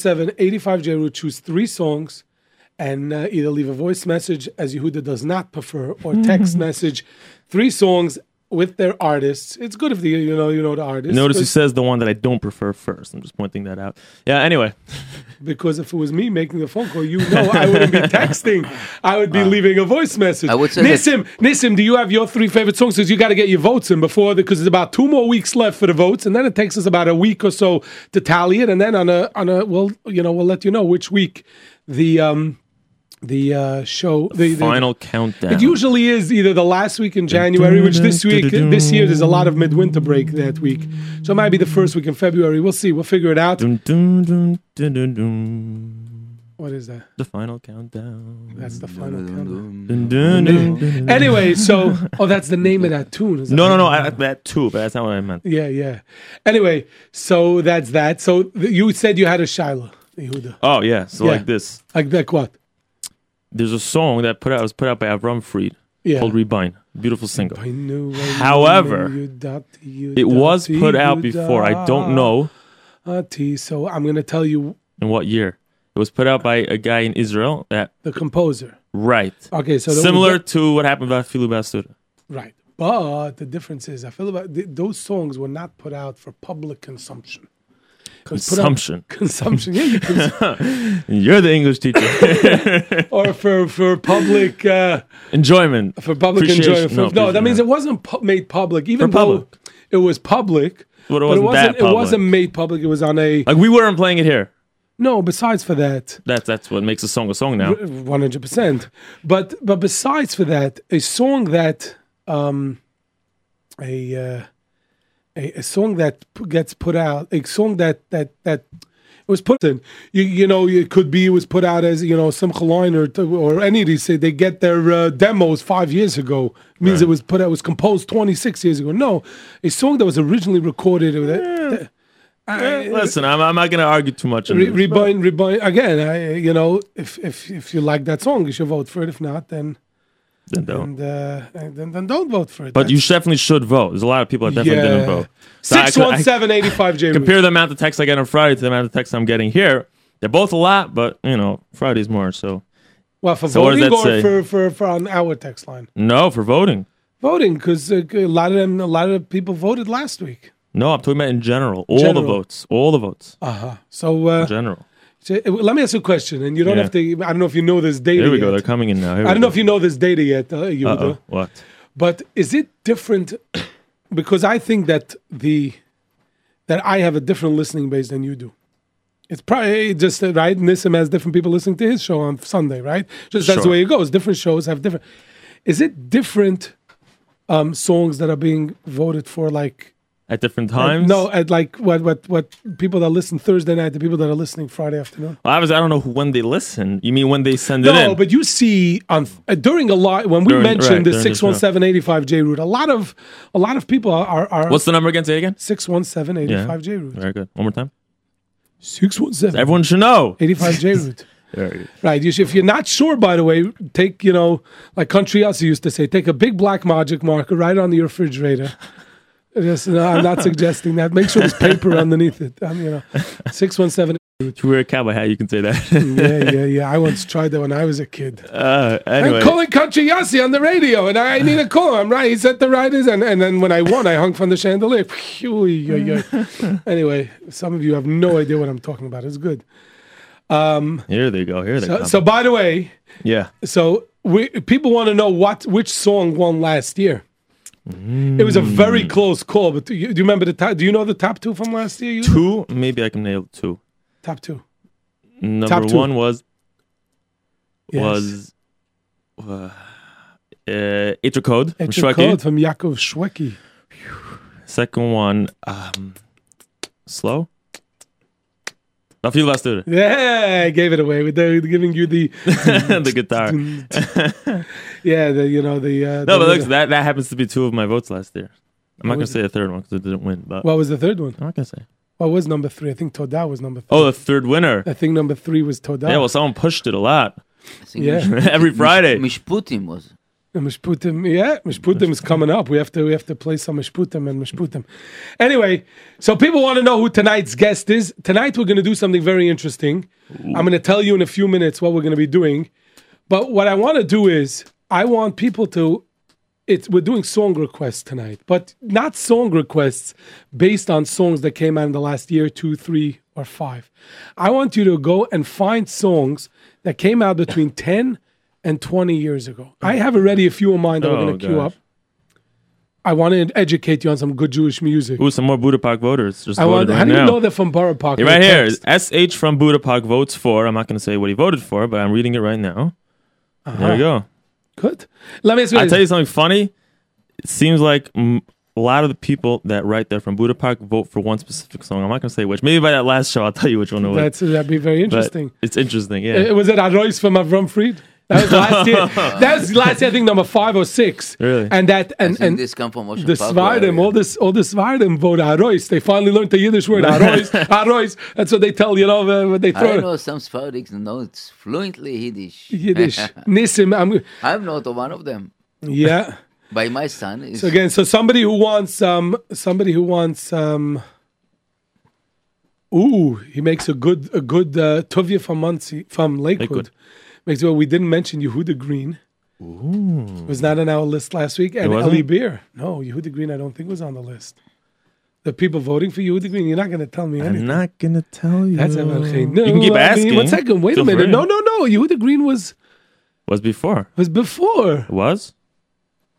617-85J will choose three songs and uh, either leave a voice message, as Yehuda does not prefer, or text message, three songs with their artists. It's good if the, you know you know the artist. Notice he because- says the one that I don't prefer first. I'm just pointing that out. Yeah. Anyway, because if it was me making the phone call, you know I wouldn't be texting. I would be leaving a voice message. Uh, I would say that- Nissim, Nissim, do you have your three favorite songs? Because you got to get your votes in before because there's about two more weeks left for the votes, and then it takes us about a week or so to tally it, and then on a on a we'll you know we'll let you know which week the um the uh show the, the final countdown. It usually is either the last week in January, which this week, this year, there's a lot of midwinter break that week. So it might be the first week in February. We'll see. We'll figure it out. Dun, dun, dun, dun, dun, dun. What is that? The final countdown. That's the final countdown. Dun, dun, dun, dun, dun. Anyway, so oh, that's the name of that tune. Is that No, no, no. right? I, I- that too, but that's not what I meant. yeah, yeah. Anyway, so that's that. So th- you said you had a Shiloh, Yehuda. Oh yeah. So Yeah. like this. Like like what? There's a song that put out was put out by Avram Fried Yeah. called Rebind. Beautiful single. I knew. I knew However, you dot, you It dot, was put you out before. I dot, don't know uh, T. So I'm gonna tell you in what year. It was put out by a guy in Israel. That the composer. right. Okay, so that was Similar the- to what happened about Filu Basura. right? But the difference is, I feel about th- those songs were not put out for public consumption. It was put out- Consumption. Consumption, yeah, you cons- You're the English teacher. or for for public uh, Enjoyment. for public Appreciation- enjoyment. For, no, appreciation, that means yeah. it wasn't pu- made public, even For though public. it was public. But it wasn't it wasn't, that public. It wasn't made public. It was on a Like we weren't playing it here. no. Besides for that, That's that's what makes a song a song now. one hundred percent. But but besides for that, a song that um a uh, a, a song that p- gets put out, a song that that that it was put in. You you know it could be it was put out as you know some line or or any of these say they get their uh, demos five years ago means it was put out was composed twenty six years ago. No, a song that was originally recorded. uh, with it- th- I- Listen, I'm, I'm not going to argue too much. on Re- this. rebind, rebind again. I, you know, if if if you like that song, you should vote for it. If not, then Then don't. and, uh, and then, then don't vote for it. But you sh- definitely should vote. There's a lot of people that definitely didn't vote. So I Six could- I one seven eighty five J. compare the amount of text I get on Friday to the amount of text I'm getting here. They're both a lot, but you know Friday's more. So Well, for So what does voting or that say? for, for for on our text line no for voting. voting because uh, a lot of them, a lot of people voted last week. No, I'm talking about in general. All General. the votes. All the votes. Uh huh. So uh, General. j- let me ask you a question, and you don't Yeah. have to. I don't know if you know this data. Here we go. They're yet. coming in now. Here we I don't know go. if you know this data yet, uh, Yehuda. Uh-oh. What? But is it different? Because I think that the that I have a different listening base than you do. It's probably just uh, right. Nissim has different people listening to his show on Sunday, right? Just that's the Sure. way it goes. Different shows have different. Is it different um, songs that are being voted for? Like At different times. no, at like what what what people that listen Thursday night, the people that are listening Friday afternoon. Well, obviously, I don't know who- when they listen. You mean when they send it No, in? but you see on uh, during a lot when we During- right, mentioned the during the show. six one seven eighty five J route, a lot of a lot of people are are What's the number again? Say it again. Six one seven eighty Yeah. five J route. Very good. One more time. Six one seven Everyone should know. eighty five J route. There it is. Right. You should, if you're not sure, by the way, take you know, like Country Us used to say, take a big black magic marker right on the refrigerator. Just, no, I'm not suggesting that. Make sure there's paper underneath it. Um, you know, six one seven. If you wear a cowboy hat, you can say that. Yeah, yeah, yeah. I once tried that when I was a kid. uh, anyway. I'm calling Country Yossi on the radio, and I need a call. I'm right. He said the right is, and, and then when I won, I hung from the chandelier. Phew, yo, yo. anyway, some of you have no idea what I'm talking about. It's good. Um, Here they go. Here they So, go. so by the way, yeah. so we, people want to know what which song won last year. It was a very Mm. close call, but do you, do you remember the top? Do you know the top two from last year? You Two. Maybe I can nail two. top two. Number Top two. one was Yes. was uh, uh, Itcher Code from It's a Shrek. code from Yaakov Shweki. Second one, um, Slow. I feel last dude. Yeah, I gave it away. with the giving you the the guitar. No, yeah, the you know the uh, the but look, little- that that happens to be two of my votes last year. I'm not What gonna was say a third one because I didn't win. But What was the third one? I'm not gonna say. What was number three? I think Toda was number three. Oh, the third winner. I think number three was Toda. Yeah, well, someone pushed it a lot I think Yeah. Mish- every Friday. Mishputim was. The Mishputim, yeah, Mishputim is coming up. We have to we have to play some Mishputim and Mishputim. Anyway, so people want to know who tonight's guest is. Tonight we're going to do something very interesting. I'm going to tell you in a few minutes what we're going to be doing. But what I want to do is I want people to it's we're doing song requests tonight, but not song requests based on songs that came out in the last year, two, three, or five. I want you to go and find songs that came out between ten and twenty years ago. I have already a few in mind that we're Oh, going to queue gosh. up. I want to educate you on some good Jewish music. Ooh, some more Buddha Park voters just I want. voted how right do you now. know they're from Borough Park? right They're here, text. SH from Buddha Park votes for. I'm not going to say what he voted for, but I'm reading it right now. There we go. Uh-huh. Good. Let me ask you. I this. tell you something funny. It seems like mm, a lot of the people that write there from Buddha Park vote for one specific song. I'm not going to say which. Maybe by that last show, I'll tell you which one it was. That's that'd be very But interesting. It's interesting. Yeah. Uh, was it Arois from Avram Fried? That was last year. that was last year, I think number five or six. Really? And that and and and this come from Ocean the Parkway area. Svardim, all this all the Svardim vote Arois. They finally learned the Yiddish word Arois. Arois. That's what they tell you know uh, what they I throw. know some Sephardics who know it's fluently Yiddish. Yiddish Nisim. I'm, I'm not one of them. yeah. By my son is So again, so somebody who wants um somebody who wants um. Ooh, he makes a good a good uh, tovia from Muncie from Lakewood. Lakewood. Makes well. We didn't mention Yehuda Green. Ooh, was not on our list last week. And Hmm. wasn't? Ellie Beer. No, Yehuda Green. I don't think was on the list. The people voting for Yehuda Green. You're not going to tell me anything. I'm not going to tell you. That's no. You can keep asking. one second. Wait Feel a minute. free. No, no, no. Yehuda Green was Was before. was before. It was?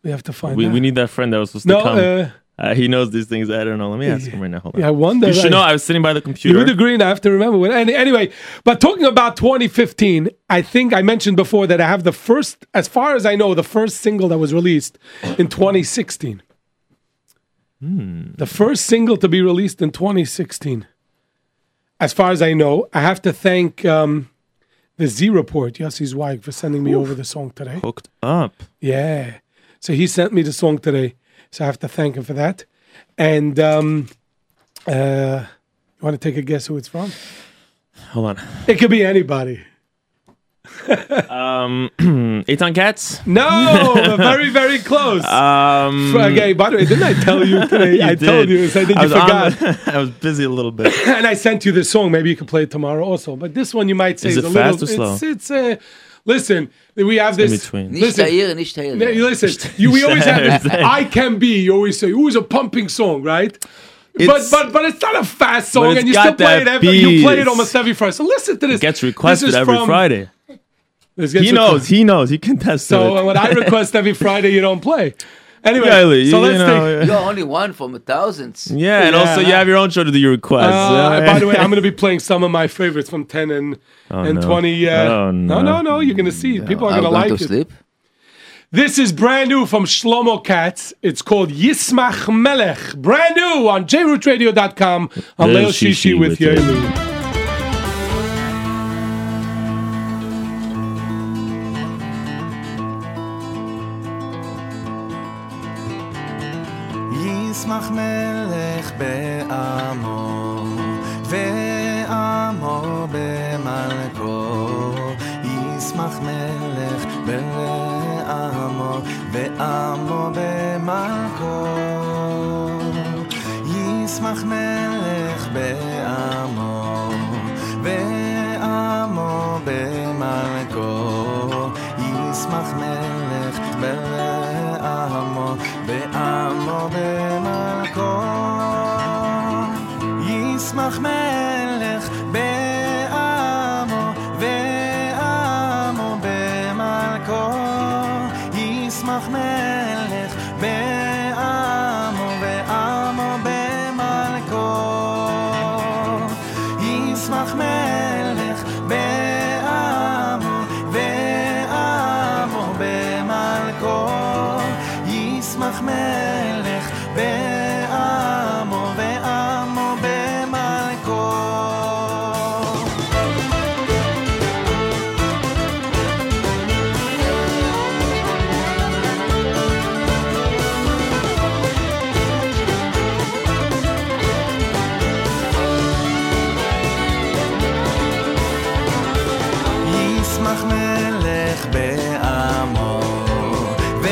We have to find We, out. we need that friend that was supposed no, to come. uh, Uh, he knows these things. I don't know. Let me ask him right now. Hold on. yeah, I wonder. you should I- know. I was sitting by the You computer. would agree, and I have to remember. What, any, anyway, but talking about 2015, I think I mentioned before that I have the first, as far as I know, the first single that was released in 2016. The first single to be released in 2016. As far as I know, I have to thank um, the Z Report, Yossi Zweig, for sending me over the song today. Hooked up. Yeah. So he sent me the song today. So I have to thank him for that. And um, uh, you want to take a guess who it's from? Hold It could be anybody. on. Um, Eitan Katz. No, but very, very close. Um, okay, by the way, didn't I tell you today? you I did. told you. So I think you was on forgot. the- I was busy a little bit. and I sent you this song. Maybe you can play it tomorrow also. But this one you might say Is is, it a fast little. or slow? It's, it's uh, listen. We have in this. between. nicht Listen. Tahir, nicht Tahir. Yeah, you listen, you, we always have this. Exactly. I can be. You always say, "Who's a pumping song?" Right? It's- but but but it's not a fast song, it's and you got still play it. that Every, you play it beat. almost every Friday. So listen to this. Gets This is requested every from- Friday. This gets He knows. requested. He knows. He can test So it. uh, when I request every Friday, you don't play. Anyway, Really, you- so you let's take. know, You're only one from thousands. yeah, and Yeah. also you have your own show to do your requests. Uh, Yeah. by the way, I'm going to be playing some of my favorites from 10 and, and no. 20. Uh, Oh, no, no, no. no. You're going to see. People are I'm going to like to it. sleep. This is brand new from Shlomo Katz. It's called Yismach Melech. Brand new on jrootradio.com on Leil Lil Shishi, Shishi with with Yaeli. Yaeli. ישמח מלך בעמו, ועמו במלכו. ישמח מלך בעמו, ועמו במלכו. ישמח מלך בעמו, ועמו במלכו. ישמח מלך בעמו, בעמו במלכו. ישמח מלך בעמו, ועמו במלכו. ישמח מלך בעמו, ועמו במלכו. ישמח מלך בעמו, ועמו במלכו. ישמח מלך בעמו, ועמו במלכו. ישמח מלך בעמו, ו...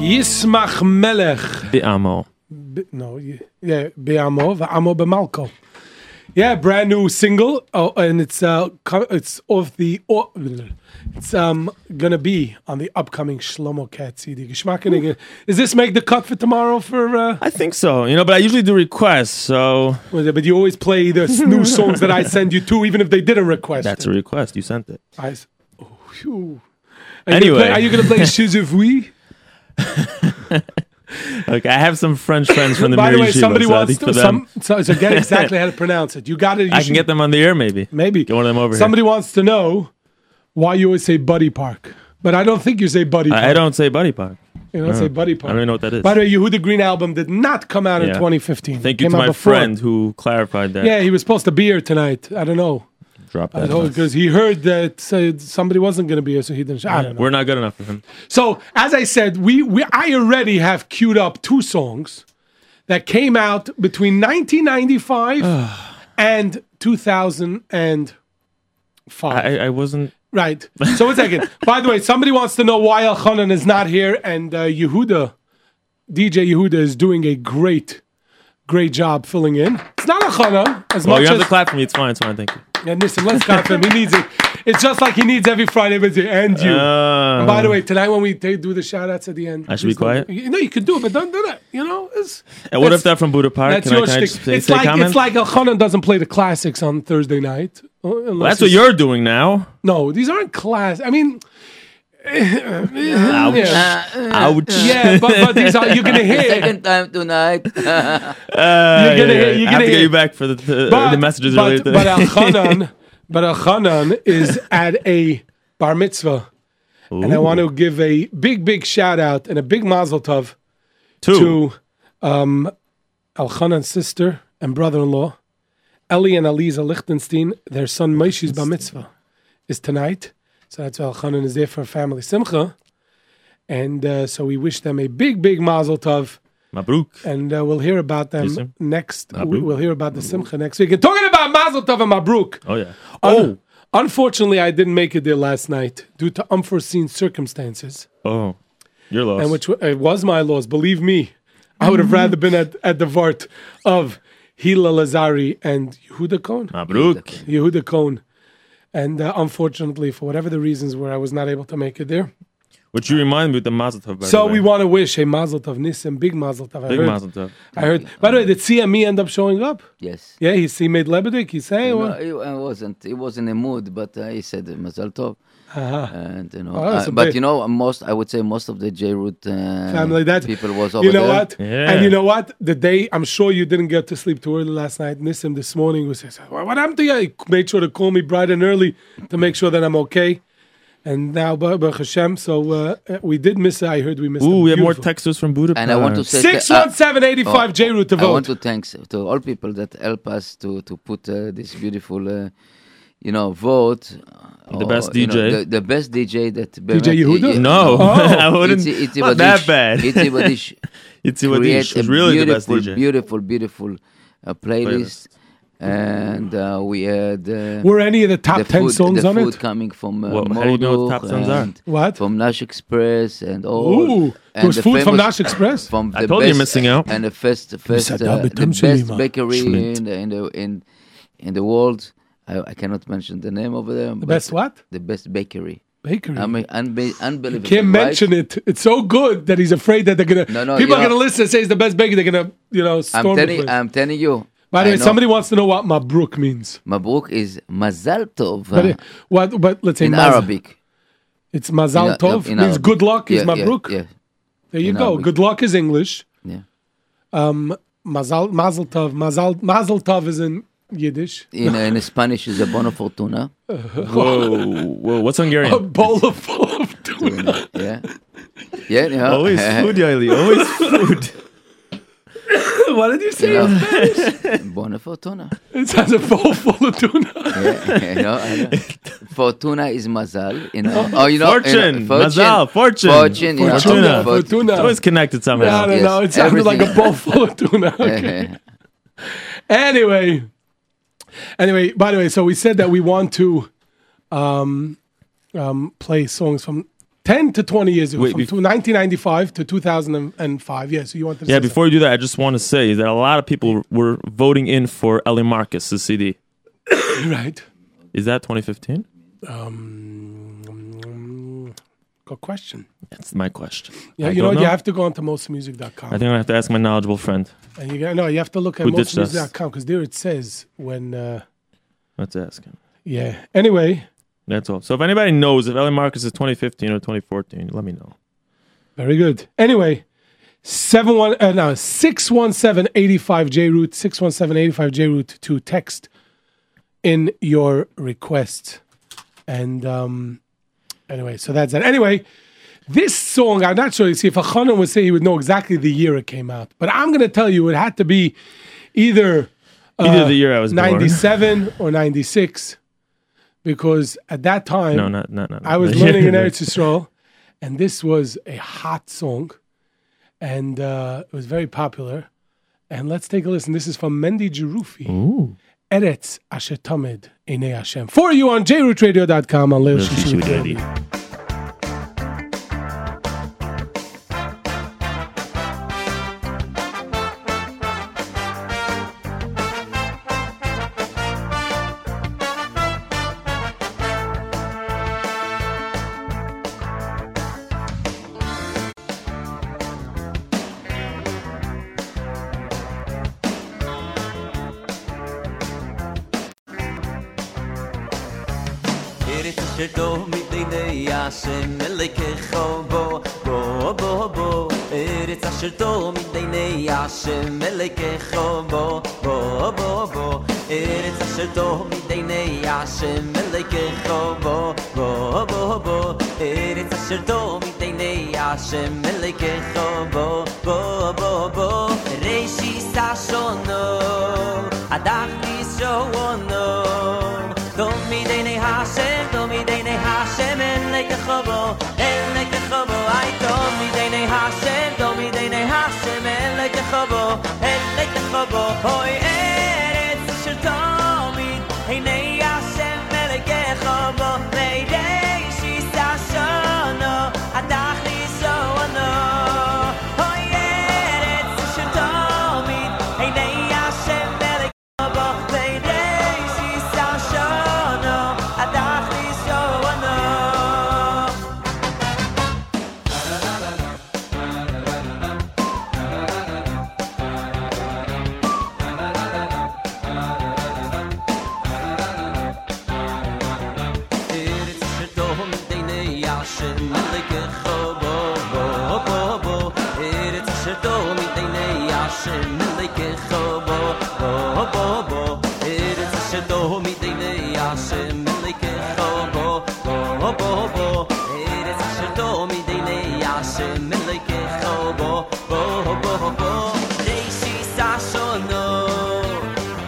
Yismach Melech. Be'amo. B- no, y- yeah, Be'amo, Va'amo Be'malko. Yeah, brand new single, oh, and it's uh, co- it's off the, oh, it's um gonna be on the upcoming Shlomo Cat CD. Geschmackenige. Does this make the cut for tomorrow? For uh, I think so. You know, but I usually do requests, so well, but you always play the s- new songs that I send you too, even if they didn't request. that's it. a request. You sent it. I s- oh, phew. Are you gonna Anyway. play- are you gonna play Shoes of We? Okay, I have some French friends from the By the Mir way, Yeshiva, somebody so I wants think to. for Some, them, so, so get exactly how to pronounce it. You got it. You I should- can get them on the air, maybe. Maybe Get one of them over here. Somebody wants to know why you always say Buddy Park, but I don't think you say Buddy. Park. I, I don't say buddy park. Oh. You don't say Buddy I Park. don't even know what that is. By the way, Yehuda Green album did not come out in Yeah. 2015. Thank It you came to out my before. friend who clarified that. Yeah, he was supposed to be here tonight. I don't know Drop that. because he heard that uh, somebody wasn't going to be here, so he didn't. I don't know. We're not good enough for him. So as I said, we, we I already have queued up two songs that came out between 1995 and 2005. I, I wasn't. right. So one second. By the way, somebody wants to know why Elchanan is not here, and uh, Yehuda, DJ Yehuda, is doing a great, great job filling in. It's not Elchanan as Well, much you have as to clap for me. It's fine. It's fine. Thank you. and listen, let's clap for him. He needs it. It's just like he needs every Friday visit and you. Uh, By the way, tonight when we take, do the shout outs at the end, I should be please don't- quiet? You, no, you could do it, but don't do that. You know, it's and what that's- if that from Buddha Park? that's Can I, your can I shtick. just say, It's say like comment? it's like Elchanan doesn't play the classics on Thursday night. uh, unless that's what he's- you're doing now. No, these aren't class. I mean, Ouch. yeah, Uh, Ouch. yeah, but, but these are you're gonna hear. Uh, Second time tonight. you're gonna hit- you're Uh, I have gonna to get hit. you back for the, the, But, the messages but, related to but Elchanan, but Elchanan is at a bar mitzvah, and I want to give a big, big shout out and a big mazel tov Two. to um, Elchanan's sister and brother-in-law, Eli and Aliza Lichtenstein. Their son Moshe's bar mitzvah is tonight, so that's why Elchanan is there for family simcha, and uh, so we wish them a big, big mazel tov. Mabruk. And uh, we'll hear about them sir. next. Mabruk. We'll Uh, hear about the simcha next week. And talking about mazel tov and mabruk. Oh yeah. Oh, unfortunately, I didn't make it there last night due to unforeseen circumstances, Oh, you're lost. and which wa- it was my loss. Believe me, I would have rather been at, at the vart of Hila Lazari and Yehuda Cohn. Mabruk. Yehuda Cohn. And uh, unfortunately, for whatever the reasons were, I was not able to make it there. Which you remind me of the Mazel Tov. by So the we way. want to wish a mazel tov nissim, big mazel tov. I big heard, Mazel Tov. I heard. By the way, did CME end up showing up? yes. Yeah, he see made Lebedik. He say, No, well, he, I wasn't. He was in a mood, but uh, he said Mazal Tov, haha. and you know. Oh, that's uh, a but big- you know, most I would say most of the J Root uh, family. That people was over You know there. what? Yeah. And you know what? The day I'm sure you didn't get to sleep too early last night. Nissim this morning was says, "Well, what happened to you? He made sure to call me bright and early to make sure that I'm okay. And now, Baruch Baruch Hashem. So uh, we did miss. I heard we missed. Ooh, him. we have more Beautiful. texters from Buddha. And I want to Park. say Six that- uh, oh, one seven eighty five J root to I want vote. to thanks to all people that help us to to put uh, this beautiful, uh, you know, vote. uh, The best you know, DJ. the, the best DJ that DJ Yehuda? No, Oh. I wouldn't. Itzi- Itzi not Wadish- that bad. Itzi Wadish Itzi create Wadish a is really the best beautiful, DJ. beautiful, beautiful uh, playlist. And uh, we had uh, Were any of the top the ten food, songs the on food it? coming from uh, Well, how do you know what the top Marduk songs are? and What? From Nash Express and all. Ooh, there and was the food from famous- Nash Express. from I the told you best, you're missing out. and the first first Sada uh, the betam best shelima. bakery Schmidt. in the, in the in in the world. I, I cannot mention the name over there. The best what? The best bakery. Bakery. I mean, unbe- unbelievable. Can't right? mention it. It's so good that he's afraid that they're gonna. No, no, people you are know- gonna listen and say he's the best baker. They're gonna, you know, storm. I'm the telling, place. I'm telling you. By the I way, know somebody wants to know what mabruk means. Mabruk is Mazal Tov But uh, it- what? But let's say in maz- Arabic. It's mazal In- tov. in means Arabic. good luck is Yeah, yeah, mabruk. Yeah, There you in go. Arabic. Good luck is English. yeah. Um, mazal mazel tov. Mazal mazel tov is in Yiddish. In, in Spanish is a bona fortuna. Whoa, whoa, what's Hungarian? A bowl of full of tuna. Yeah. Yeah, yeah. Always food, Yaeli. Always food. what did you say? You know, bona fortuna. It sounds a bowl full of tuna. Yeah, you know, I know. Fortuna is mazal, you know. Oh, you know, Fortune, you know, fortune. mazal, fortune, fortune, you know, fortuna. fort- Fortuna. It's always connected I somehow. don't Yes, know. It sounded like a everything. bowl full of tuna. Okay. anyway anyway by the way so we said that we want to um um play songs from 10 to 20 years ago, Wait, from bef- to 1995 to 2005. Yeah, so you want to Yeah, say before you do that, I just want to say that a lot of people were voting in for Ellie Marcus' CD. something, right? Is that 2015? Um, Good question. That's my question. Yeah, I you know, don't what? you have to go onto mostmusic.com. I think I have to ask my knowledgeable friend. and you got no, you have to look at Who ditched us? mostmusic.com because there it says when. Uh, Let's ask him. yeah. Anyway, That's all. So if anybody knows if Ellie Marcus is 2015 or 2014, let me know. very good. Anyway, seven one uh, no six one seven eighty five J root six one seven eighty five J root to text in your request. And um, anyway, so that's that. Anyway, this song, I'm not sure. See, if Hanan would say he would know exactly the year it came out, but I'm going to tell you it had to be either Either the year I was born. 97 or 96 because at that time No, not not not. I was learning in Eretz Yisrael and this was a hot song and uh, it was very popular and let's take a listen this is from Mendy Jerufi Ooh. Eretz Asher Tamid Enei Hashem for you on jrootradio.com on Leil Shishu Daily. Eretz asher do mit deine Yashem Elekecho bo bo bo bo Eretz asher do mit deine Yashem Elekecho bo bo bo bo Eretz asher do mit deine Yashem Elekecho bo bo bo bo Eretz asher do mit deine Yashem Elekecho bo bo bo bo Reishi sashono Adach nishono Don't me deine Hashem, do mi deine Hashem, en leke chobo, en leke chobo, ay, do mi deine Hashem, do mi deine Hashem, en leke chobo, en leke chobo, hoy, eretz asher tomit, heinei Hashem, en leke chobo, meidei shisa shono, adach niso ano, hoy, eretz asher tomit, heinei Hashem, en leke chobo, meidei shisa shono, adach niso ano. Eretz asher tohom deine Yashem Meleke chobo bo bo bo Eretz asher tohom deine Yashem Meleke chobo bo bo bo Eretz asher tohom deine Yashem Meleke chobo bo bo bo Eretz asher tohom deine Yashem Meleke chobo bo bo bo Reishi sashono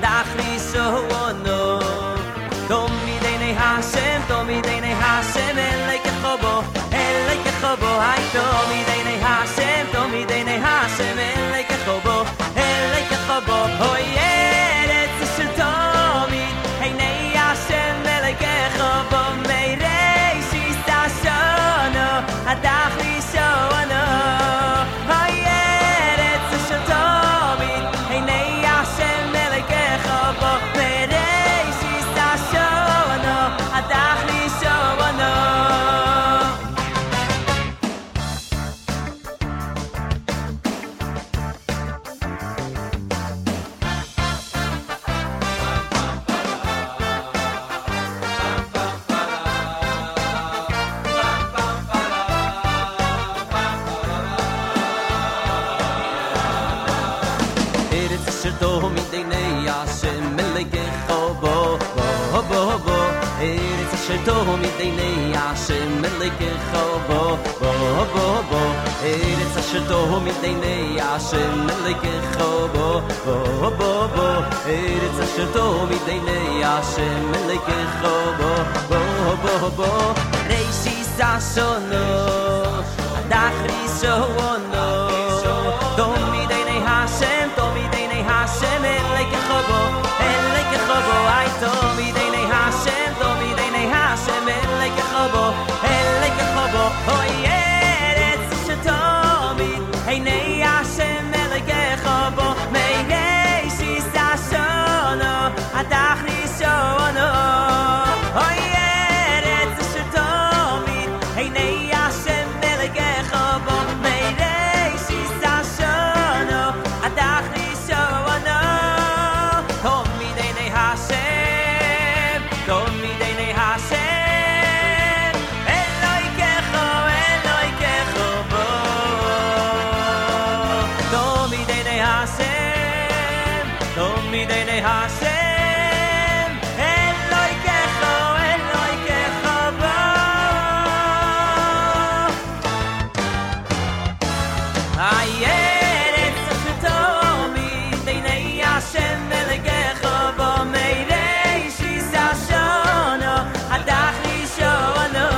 Dachli shohono Dom mi deine Hashem, to mi deine Hashem, elei kechobo, elei kechobo, ay to mi deine Hashem, to mi deine Hashem, elei kechobo, elei kechobo, hoy eretz shel tomi, hey nei Hashem, elei kechobo, mei rei shista shono, adach li shono, hoy eretz shel tomi, hey nei Hashem, elei kechobo, mei rei shista shono, adach li shono. Eretz asher do mi deine Yashem meleke chobo bo bo bo Eretz asher do mi deine Yashem meleke chobo bo bo bo Eretz asher do mi deine Yashem meleke chobo bo bo bo Eretz asher do mi deine Yashem meleke chobo bo bo bo Reishi sashono adachri shono Do mi deine Hashem, to bideinei Hashem, elei kechobo, elei kechobo, ay to bideinei Hashem, to bideinei Hashem, elei kechobo, elei kechobo, oy אוי ארץ אשר תמיד עיני השם מלך בו מראשית השונו עד אחרישונו תמיד עיני השם תמיד עיני השם אלוהיכך אלוהיכך בו תמיד עיני השם תמיד עיני השם אלוהיכך אלוהיכך בו Ayeretz shtomi, deine Hashem melgecho bo meirei shisa shono, adach li shono.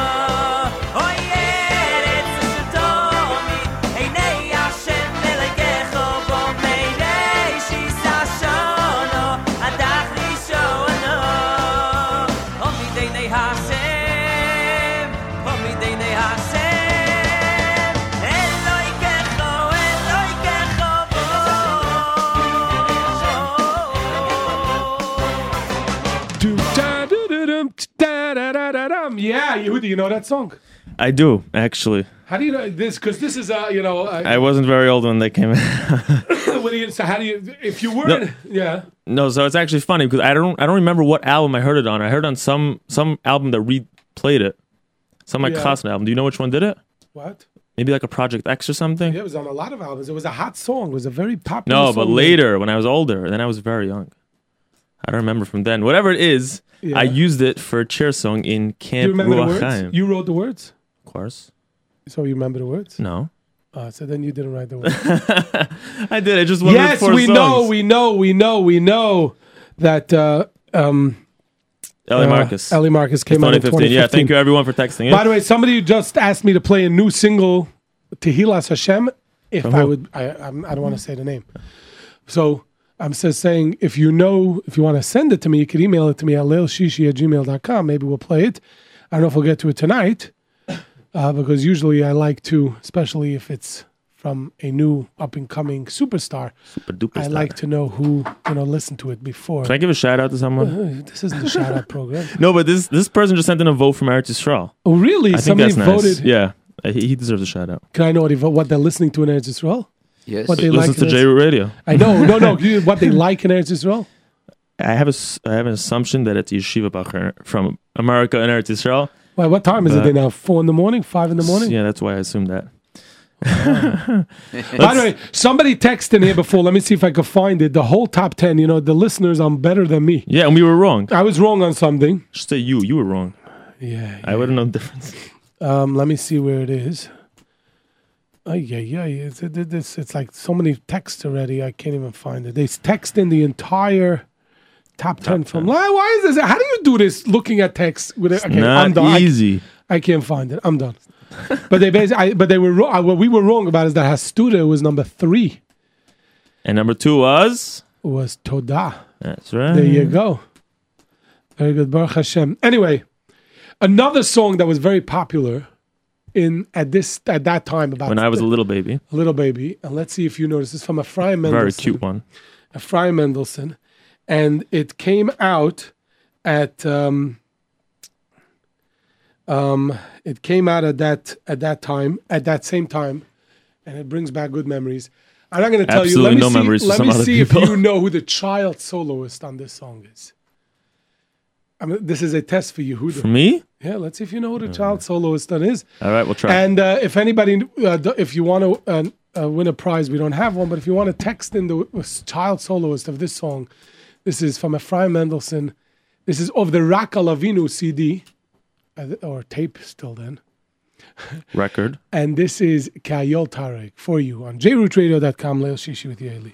Ayeretz shtomi, deine Hashem melgecho bo meirei shisa shono, adach li shono. Omi deine Hashem, omi deine Hashem, Eloikecho, Eloikecho bo. Dum-da-da-da-dum-da-da-da-dum. Yeah, Yehudi, you know that song. I do actually. How do you know this? Because this is uh, you know, uh, I wasn't very old when they came out. what do you, so how do you? If you were, No. yeah, no, so it's actually funny because I don't I don't remember what album I heard it on. I heard it on some some album that replayed it. Some like Yeah. Costner album. Do you know which one did it? what? Maybe like a Project X or something. Yeah, it was on a lot of albums. It was a hot song. It was a very popular. No, song. but later when I was older, then I was very young. I don't remember from then. Whatever it is, Yeah. I used it for a chair song in Do you Camp remember the Ruach words? Chaim. You wrote the words, of course. so you remember the words. No. Uh, so then you didn't write the words. I did. I just wanted yes, four we songs. know, we know, we know, we know that. Uh, um, Ellie uh, Marcus. Ellie Marcus came out in 2015. 2015. Yeah, thank you everyone for texting in. By the way, somebody just asked me to play a new single, Tehilas Hashem. If I who? would, I, I'm, I don't want to say the name. So I'm just saying, if you know, if you want to send it to me, you could email it to me at lilshishi at gmail.com. Maybe we'll play it. I don't know if we'll get to it tonight, uh, because usually I like to, especially if it's from a new up and coming superstar, Super duper I star. like to know who, you know, listened to it before. Uh-huh. Can I give a shout out to someone? This isn't a shout out program. no, but this this person just sent in a vote from Eretz Yisrael. Oh, really? I think Somebody that's nice. voted. Yeah, Uh, he, he deserves a shout out. Can I know what, he vo- what they're listening to in Eretz Israel? Yes. What they- Listen like to this. J Root Radio. I know, no, no. you- what they like in Eretz Israel? I have a s- I have an assumption that it's Yeshiva Bacher from America and Eretz Yisrael. Why, what time is it Uh, there now? Four in the morning, five in the morning. Yeah, that's why I assumed that. By the way, somebody texted in here before. Let me see if I could find it. The whole top ten. You know, the listeners are better than me. Yeah, and we were wrong. I was wrong on something. Just say you. You were wrong. Yeah. I wouldn't know the difference. Um, let me see where it is. Oh yeah, yeah. It's, it, it- it's, it's like so many texts already. I can't even find it. They text in the entire. Top 10 from Why- why is this how do you do this looking at text with it okay, I'm Not done. I- easy. I can't find it. I'm done. but they basically, I, but they were wrong. I- What we were wrong about is that Hastuda was number three. And number two was. Was Toda. That's right. There you go. Very good, Baruch Hashem. Anyway, another song that was very popular in at this at that time about When I was a little baby, little baby, and let's see if you notice. It's from Ephraim Mendelssohn. very cute one. Ephraim Mendelssohn, and it came out at um, um, it came out at that at that time at that same time, and it brings back good memories. I'm not going to tell Absolutely you. no Let me see, memories for let some me other see people. if you know who the child soloist on this song is. I mean, this is a test for For Yehuda. me. Uh, Yeah, let's see if you know who the child soloist on is. All right, we'll try. And uh, if anybody, uh, d- if you want to uh, uh, win a prize, we don't have one, but if you want to text in the uh, child soloist of this song, this is from Ephraim Mendelssohn. This is of the Raka Lavinu CD, uh, or tape still then. Record. And this is Kayol Tarek for you on jrootradio.com. Leo Shishi with Yaeli.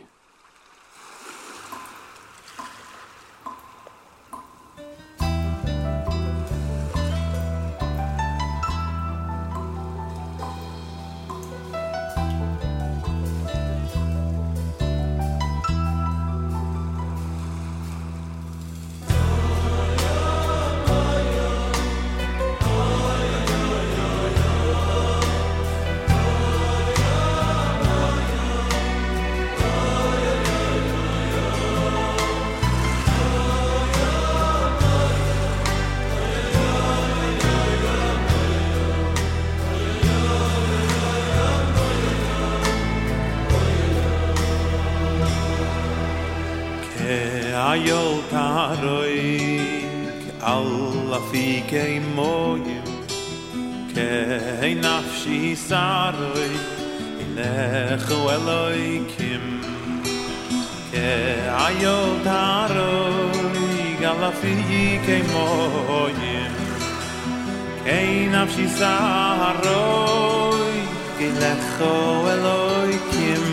Oh taroik alla fike moyim ke nafshi saroi ilech eloikim ke ayo taroik alla fike moyim ke nafshi saroi ilech eloikim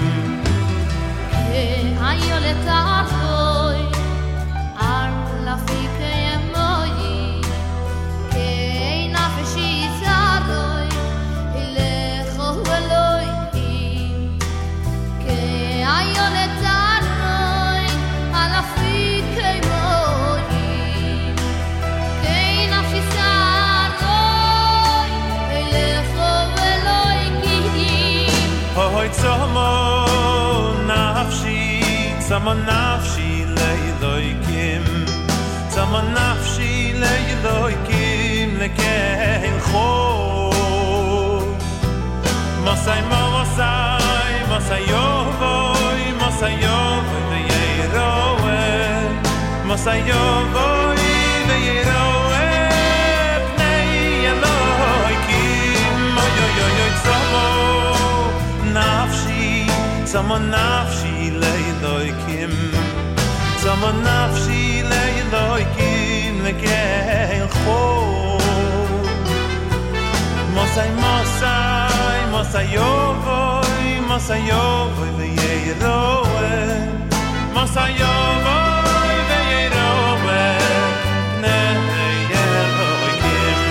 Hoy tsomo nafshi, tsomo nafshi leiloikim, tsomo nafshi leiloikim lekein cho. Masay mo masay, masay yovoy, masay yovoy veyroe, masay yovoy veyroe, e. pnei eloikim, oy oy oy oy tsomo nafshi tsama nafshi leiloikim tsama nafshi leiloikim lekel kho mosay mosay mosayovoy mosayovoy veyroe mosayovoy veyroe ne yeloikim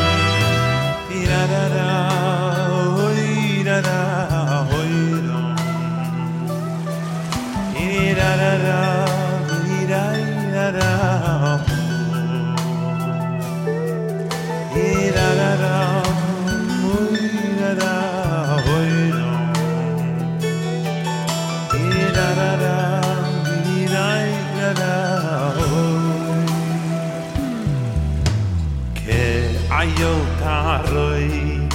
Ayo taroi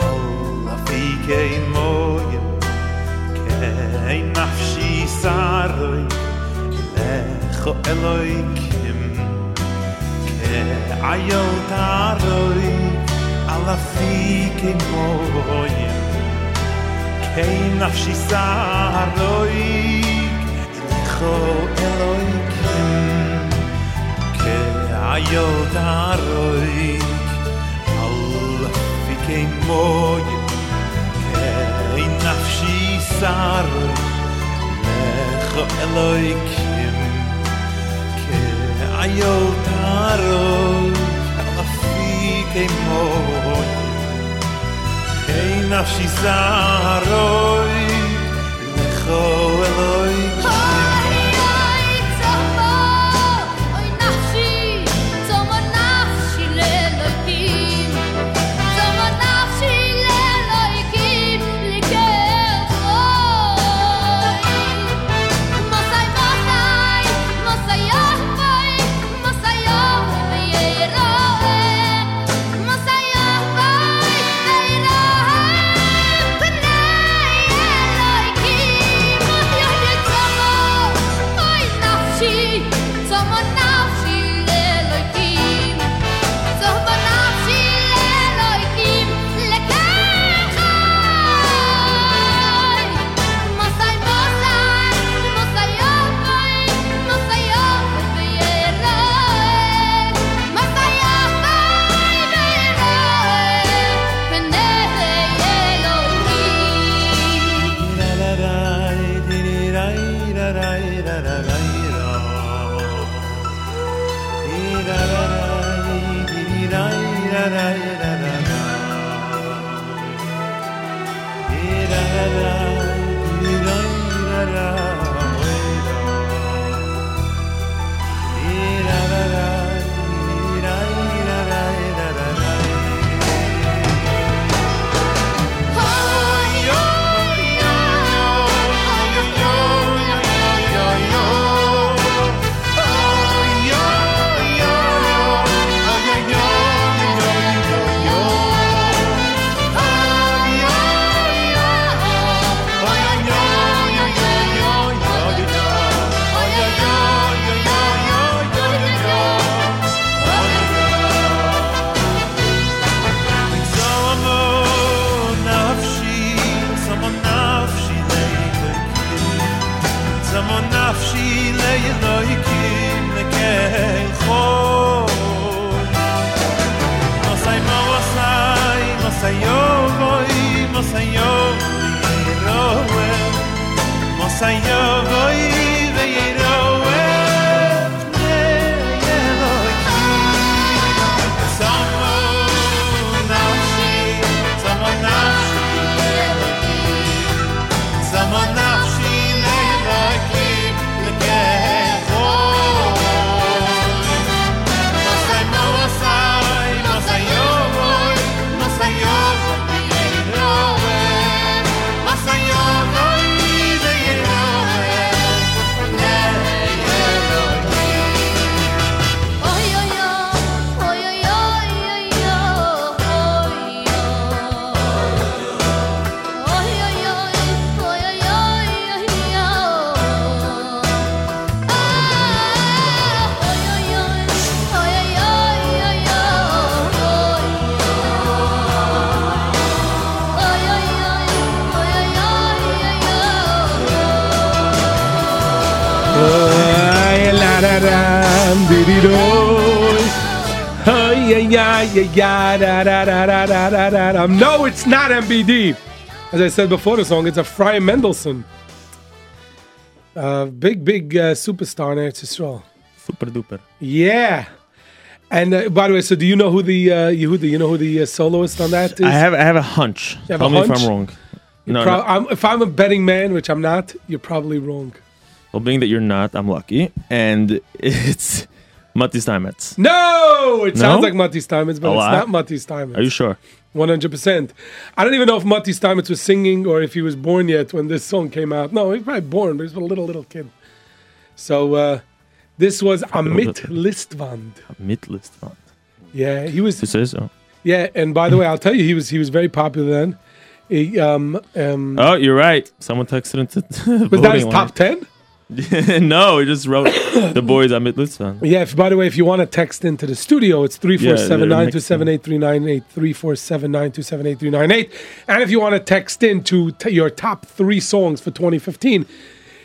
Alla fike moyem Kei nafshi saroi Lecho eloikim Kei ayo taroi Alla fike moyem Kei nafshi saroi Lecho eloikim ayo daroy al fikay moy kay nafshi sar lekh eloy kim kay ayo daroy al fikay moy kay nafshi saroy lekh eloy kim Yeah. sayavoy veiroe Ay, la, la, la, di-di-do. Ay, ya, ya, ya, ya, da, da, da, da, da, da, da, da. No, it's not MBD. As I said before the song, it's a Fry Mendelssohn. Uh, big, big uh, superstar in Eretz Yisrael. Super duper. Yeah. And uh, by the way, so do you know who the uh, Yehuda? You know who the uh, soloist on that is? I have I have a hunch. have Tell a me if hunch? I'm wrong. No, Pro- no. I'm, if I'm a betting man, which I'm not, you're probably wrong. Well, being that you're not, I'm lucky, and it's Matti Steinmetz. No, it No? sounds like Matti Steinmetz, but A it's lot? not Matti Steinmetz. Are you sure? One hundred percent. I don't even know if Matti Steinmetz was singing or if he was born yet when this song came out. No, he was probably born, but he was a little little kid. So uh, this was Amit Listwand. Mitlist. Oh, Yeah, he was. Who says so? Yeah, and by the way, I'll tell you, he was he was very popular then. He, um, um, Oh, you're right. Someone texted into was that his top ten? no, he just wrote the boys are Mitlist. Yeah, if, by the way, if you want to text into the studio, it's they're 347-927-8398, 347-927-8398. And if you want to text in to t- your top three songs for 2015,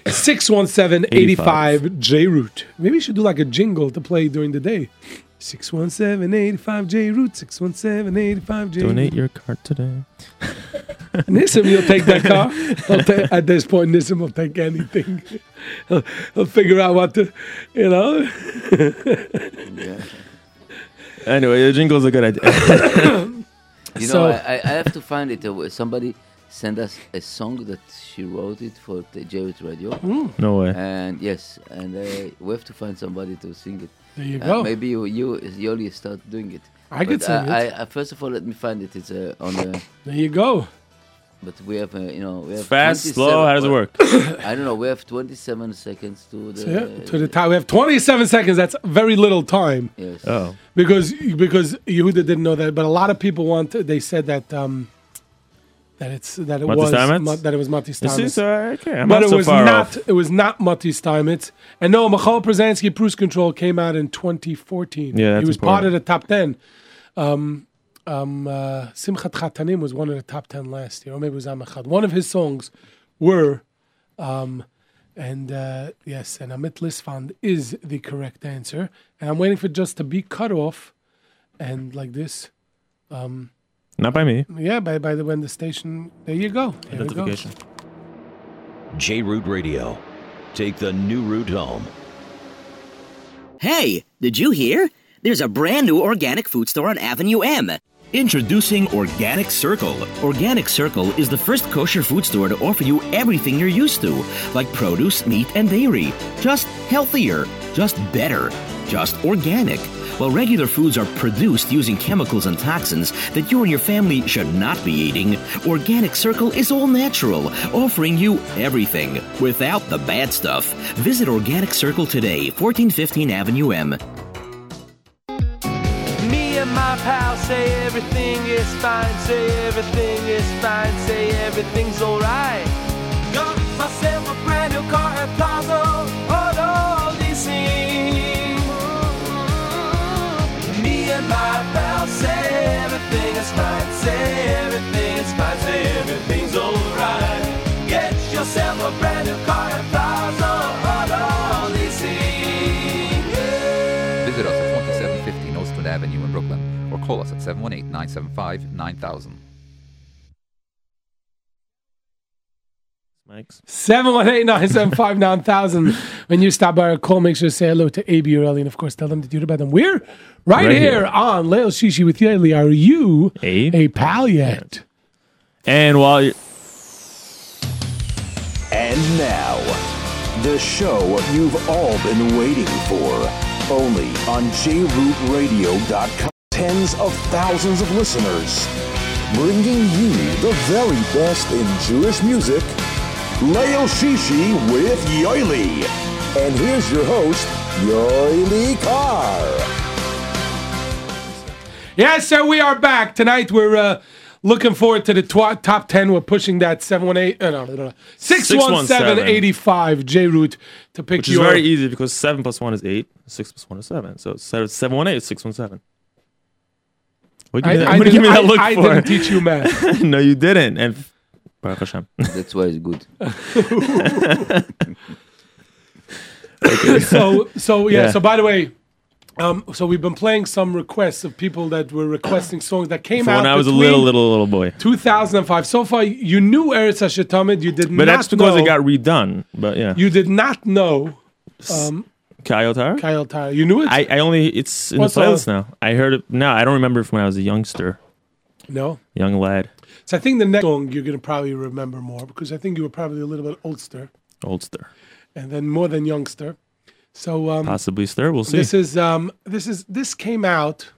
617-85-J-Root. Maybe you should do like a jingle to play during the day. 617-85-J-Root, 617-85-J-Root. Donate your card today. Nissim, you'll take that car. He'll ta- at this point, Nissim will take anything. he'll, he'll figure out what to, you know. Anyway, the jingle's a good idea. You So- know, I, I I have to find it. Uh, somebody sent us a song that she wrote it for the Jarrett Radio. Mm. no way. And yes, and uh, we have to find somebody to sing it. There you Uh, go. maybe you, you, Yoli, start doing it. I could But sing I, it. I, I, first of all, let me find it. It's uh, on the. There you go. But we have, uh, you know, we have 27 Fast, slow, how does it or- work? I don't know. We have 27 seconds to the. Yeah, to the time. We have 27 seconds. That's very little time Yes. Oh. because because Yehuda didn't know that, but a lot of people want. They said that um, that it's that it Matti was Steinmetz? Ma- that it was Matti This Steinmetz. is uh, okay. I'm but not it so was far not. off. It was not Matti Steinmetz. And no, Michal Przanski Cruise Control came out in 2014. Yeah, that's he was part of important. the top 10. Um, um, uh, Simchat Chatanim was one of the top 10 last year, or maybe it was Amachad. One of his songs were, um, and uh, yes, and Amit Lisfand is the correct answer. And I'm waiting for just to be cut off, and like this. Um, Not by me. Yeah, by by the when the station. There you go. There we go. Identification. J Root Radio. Take the new route home. Hey, did you hear? There's a brand new organic food store on Avenue M. Introducing Organic Circle. Organic Circle is the first kosher food store to offer you everything you're used to, like produce, meat, and dairy. Just healthier, just better, just organic. While regular foods are produced using chemicals and toxins that you and your family should not be eating, Organic Circle is all natural, offering you everything without the bad stuff. Visit Organic Circle today, 1415 Avenue M. Me and my pal say everything is fine, say everything is fine, say everything's alright. Got myself a brand new car at Plaza on all these things. Me and my pal say everything is fine, say everything is fine, say everything's alright. Get yourself a brand new car at Plaza on all these things. Visit us at 2750 Nostrand Avenue in Brooklyn or call us at 718 975 9000. Mike's. 718-975-9000. when you stop by or call, make sure to say hello to AB or Ellie, and of course, tell them that you're about them. We're right, Right here, here. on Lil Shishi with Yeli. Are you Abe? a pal yet? And while you're, And now, the show you've all been waiting for, only on JRootRadio.com. Tens of thousands of listeners, bringing you the very best in Jewish music, Leo Shishi with Yoili. And here's your host, Yoili Carr. Yes, sir, we are back. Tonight, we're uh, looking forward to the tw- top 10. We're pushing that 718, uh, no, no, no, 617-85 J-Root to pick which is your... very easy because seven plus one is eight, six plus one is seven. So seven one eight is six one seven. What do I, you I, give didn't, me that I- look I for? didn't teach you math. no, you didn't. And Baruch Hashem. That's why it's good. uh, so so yeah, Yeah. so by the way um, so we've been playing some requests of people that were requesting songs that came For out when I was a between little, little, little boy. 2005 so far you knew Eretz Asher Tamid you did not But that's because know, it got redone. But yeah, you did not know um, Coyote. Hour? Kyle Tyler you knew it I, I only it's in What's the playlist the- now. I heard it now. I don't remember from when I was a youngster, no young lad, so I think the next song you're gonna probably remember more because I think you were probably a little bit oldster oldster, and then more than youngster so um, possibly stir. We'll see. This is um, this is this came out.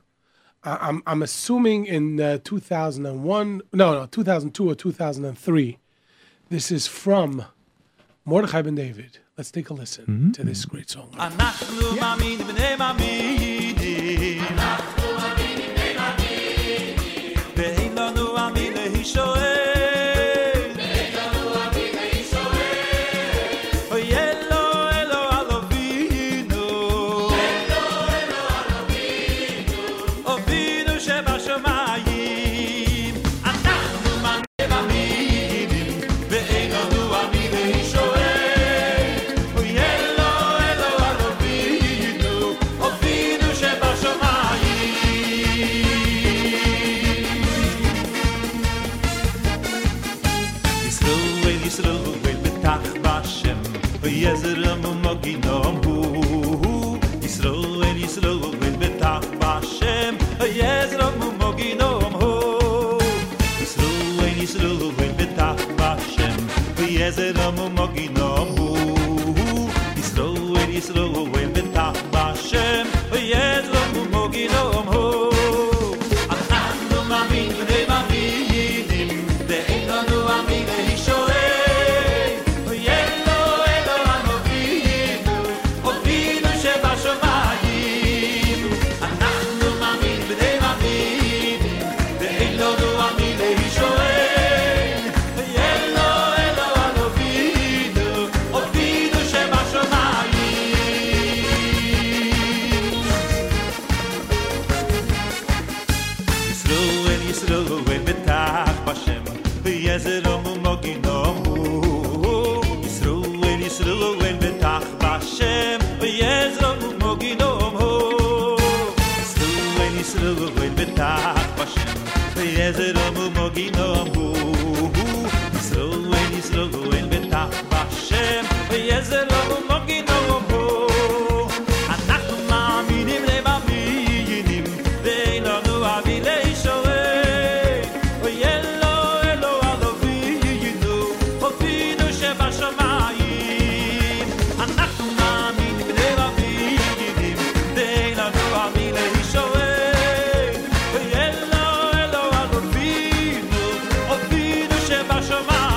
I- I'm I'm assuming in uh, 2001. No, no, 2002 or 2003. This is from Mordechai Ben David. Let's take a listen Mm-hmm. to this great song. אנחנו מאמינים בני מאמינים. ואין לנו מאמין להישאר. אוי אלו אלו אבינו. אבינו שבשמיים. אנחנו מאמינים מאמינים, ואין לנו מאמין להישאר. אוי אלו אלו אבינו, אבינו שבשמיים. ישראל, ישראל, בטח בשם, ויעזר הממוגינום הוא. ישראל, ישראל, בטח בשם, ויעזר הממוגינום הוא. ישראל, ישראל, בטח בשם, ויעזר הממוגינום הוא. ישראל, ישראל, בטח בשם, ויעזר הממוגינום הוא. אנחנו מאמינים ומאמינים, ואין לנו מאמין להישאר. אין לו אלוהינו אבינו, אבינו שבשמיים. אנחנו מאמינים ומאמינים, ואין לנו מאמין להישאר. אין לו אלוהינו אבינו, אבינו שבשמיים. ישראל, ישראל, בטח בשם, ויעזר ומוגינום הוא. ישראל, ישראל, בטח בשם, ויעזר ומוגינום הוא. ישראל, ישראל, בטח בשם, ויעזר ומוגינום הוא. ישראל, ישראל, בטח בשם, ויעזר ומוגינום הוא. אנחנו מאמינים למאמינים, ואין לנו אבי לישורר. אוי אלו אלו אלוהינו, אבינו שבשמיים. אנחנו מאמינים למאמינים, ואין לנו אבי לישורר. אוי אלו אלו אלוהינו, אבינו שבשמיים.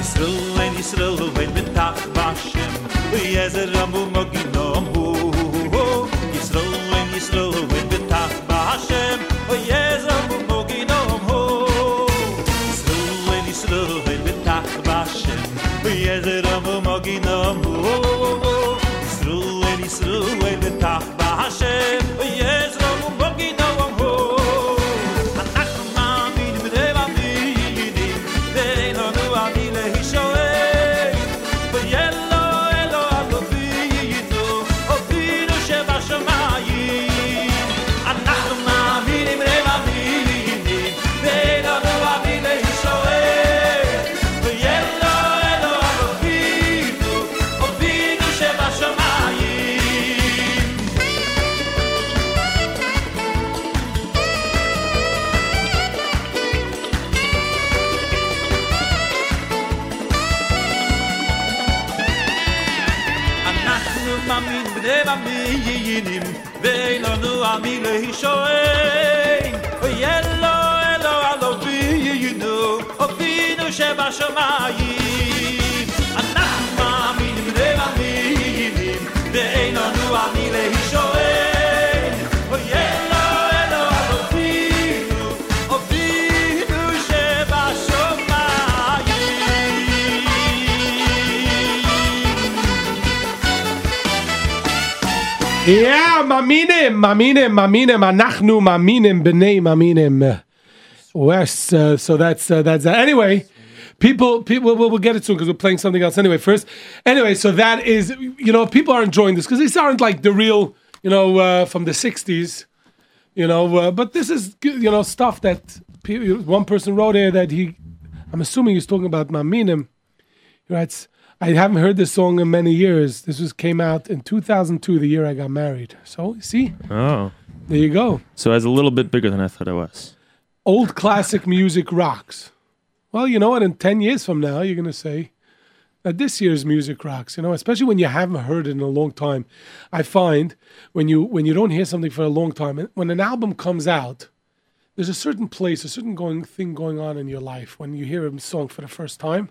ישראל, ישראל, בטח בשם, ויעזר רמו מגינום הוא. ישראל, ישראל, בטח בשם, ויעזר רמו מגינום הוא. ישראל, ישראל, בטח בשם, ויעזר רמו מגינום הוא. ישראל, um oh, oh, Aminu Hishoen Yelo Elo Alovinu Ovinu Sheba Shomayim Anach Maminim Remaminim De'enonu Aminu Hishoen Yelo Elo Alovinu Ovinu Sheba Shomayim Yeah, maminim, maminim, maminim, anachnu maminim b'nei maminim. West, uh, so that's uh, that's that. Anyway, people, people, we'll, we'll get it soon because we're playing something else anyway. First, anyway, so that is, you know, people are enjoying this because these aren't like the real, you know, uh, from the '60s, you know, uh, but this is, good, you know, stuff that pe- one person wrote here that he, I'm assuming he's talking about maminim. He writes, I haven't heard this song in many years. This was came out in 2002, the year I got married. So, you see, Oh. There you go. So it's a little bit bigger than I thought it was. old classic music rocks. Well, you know what? In 10 years from now, you're going to say that this year's music rocks, you know, especially when you haven't heard it in a long time. I find when you when you don't hear something for a long time, and when an album comes out, there's a certain place, a certain going thing going on in your life when you hear a song for the first time.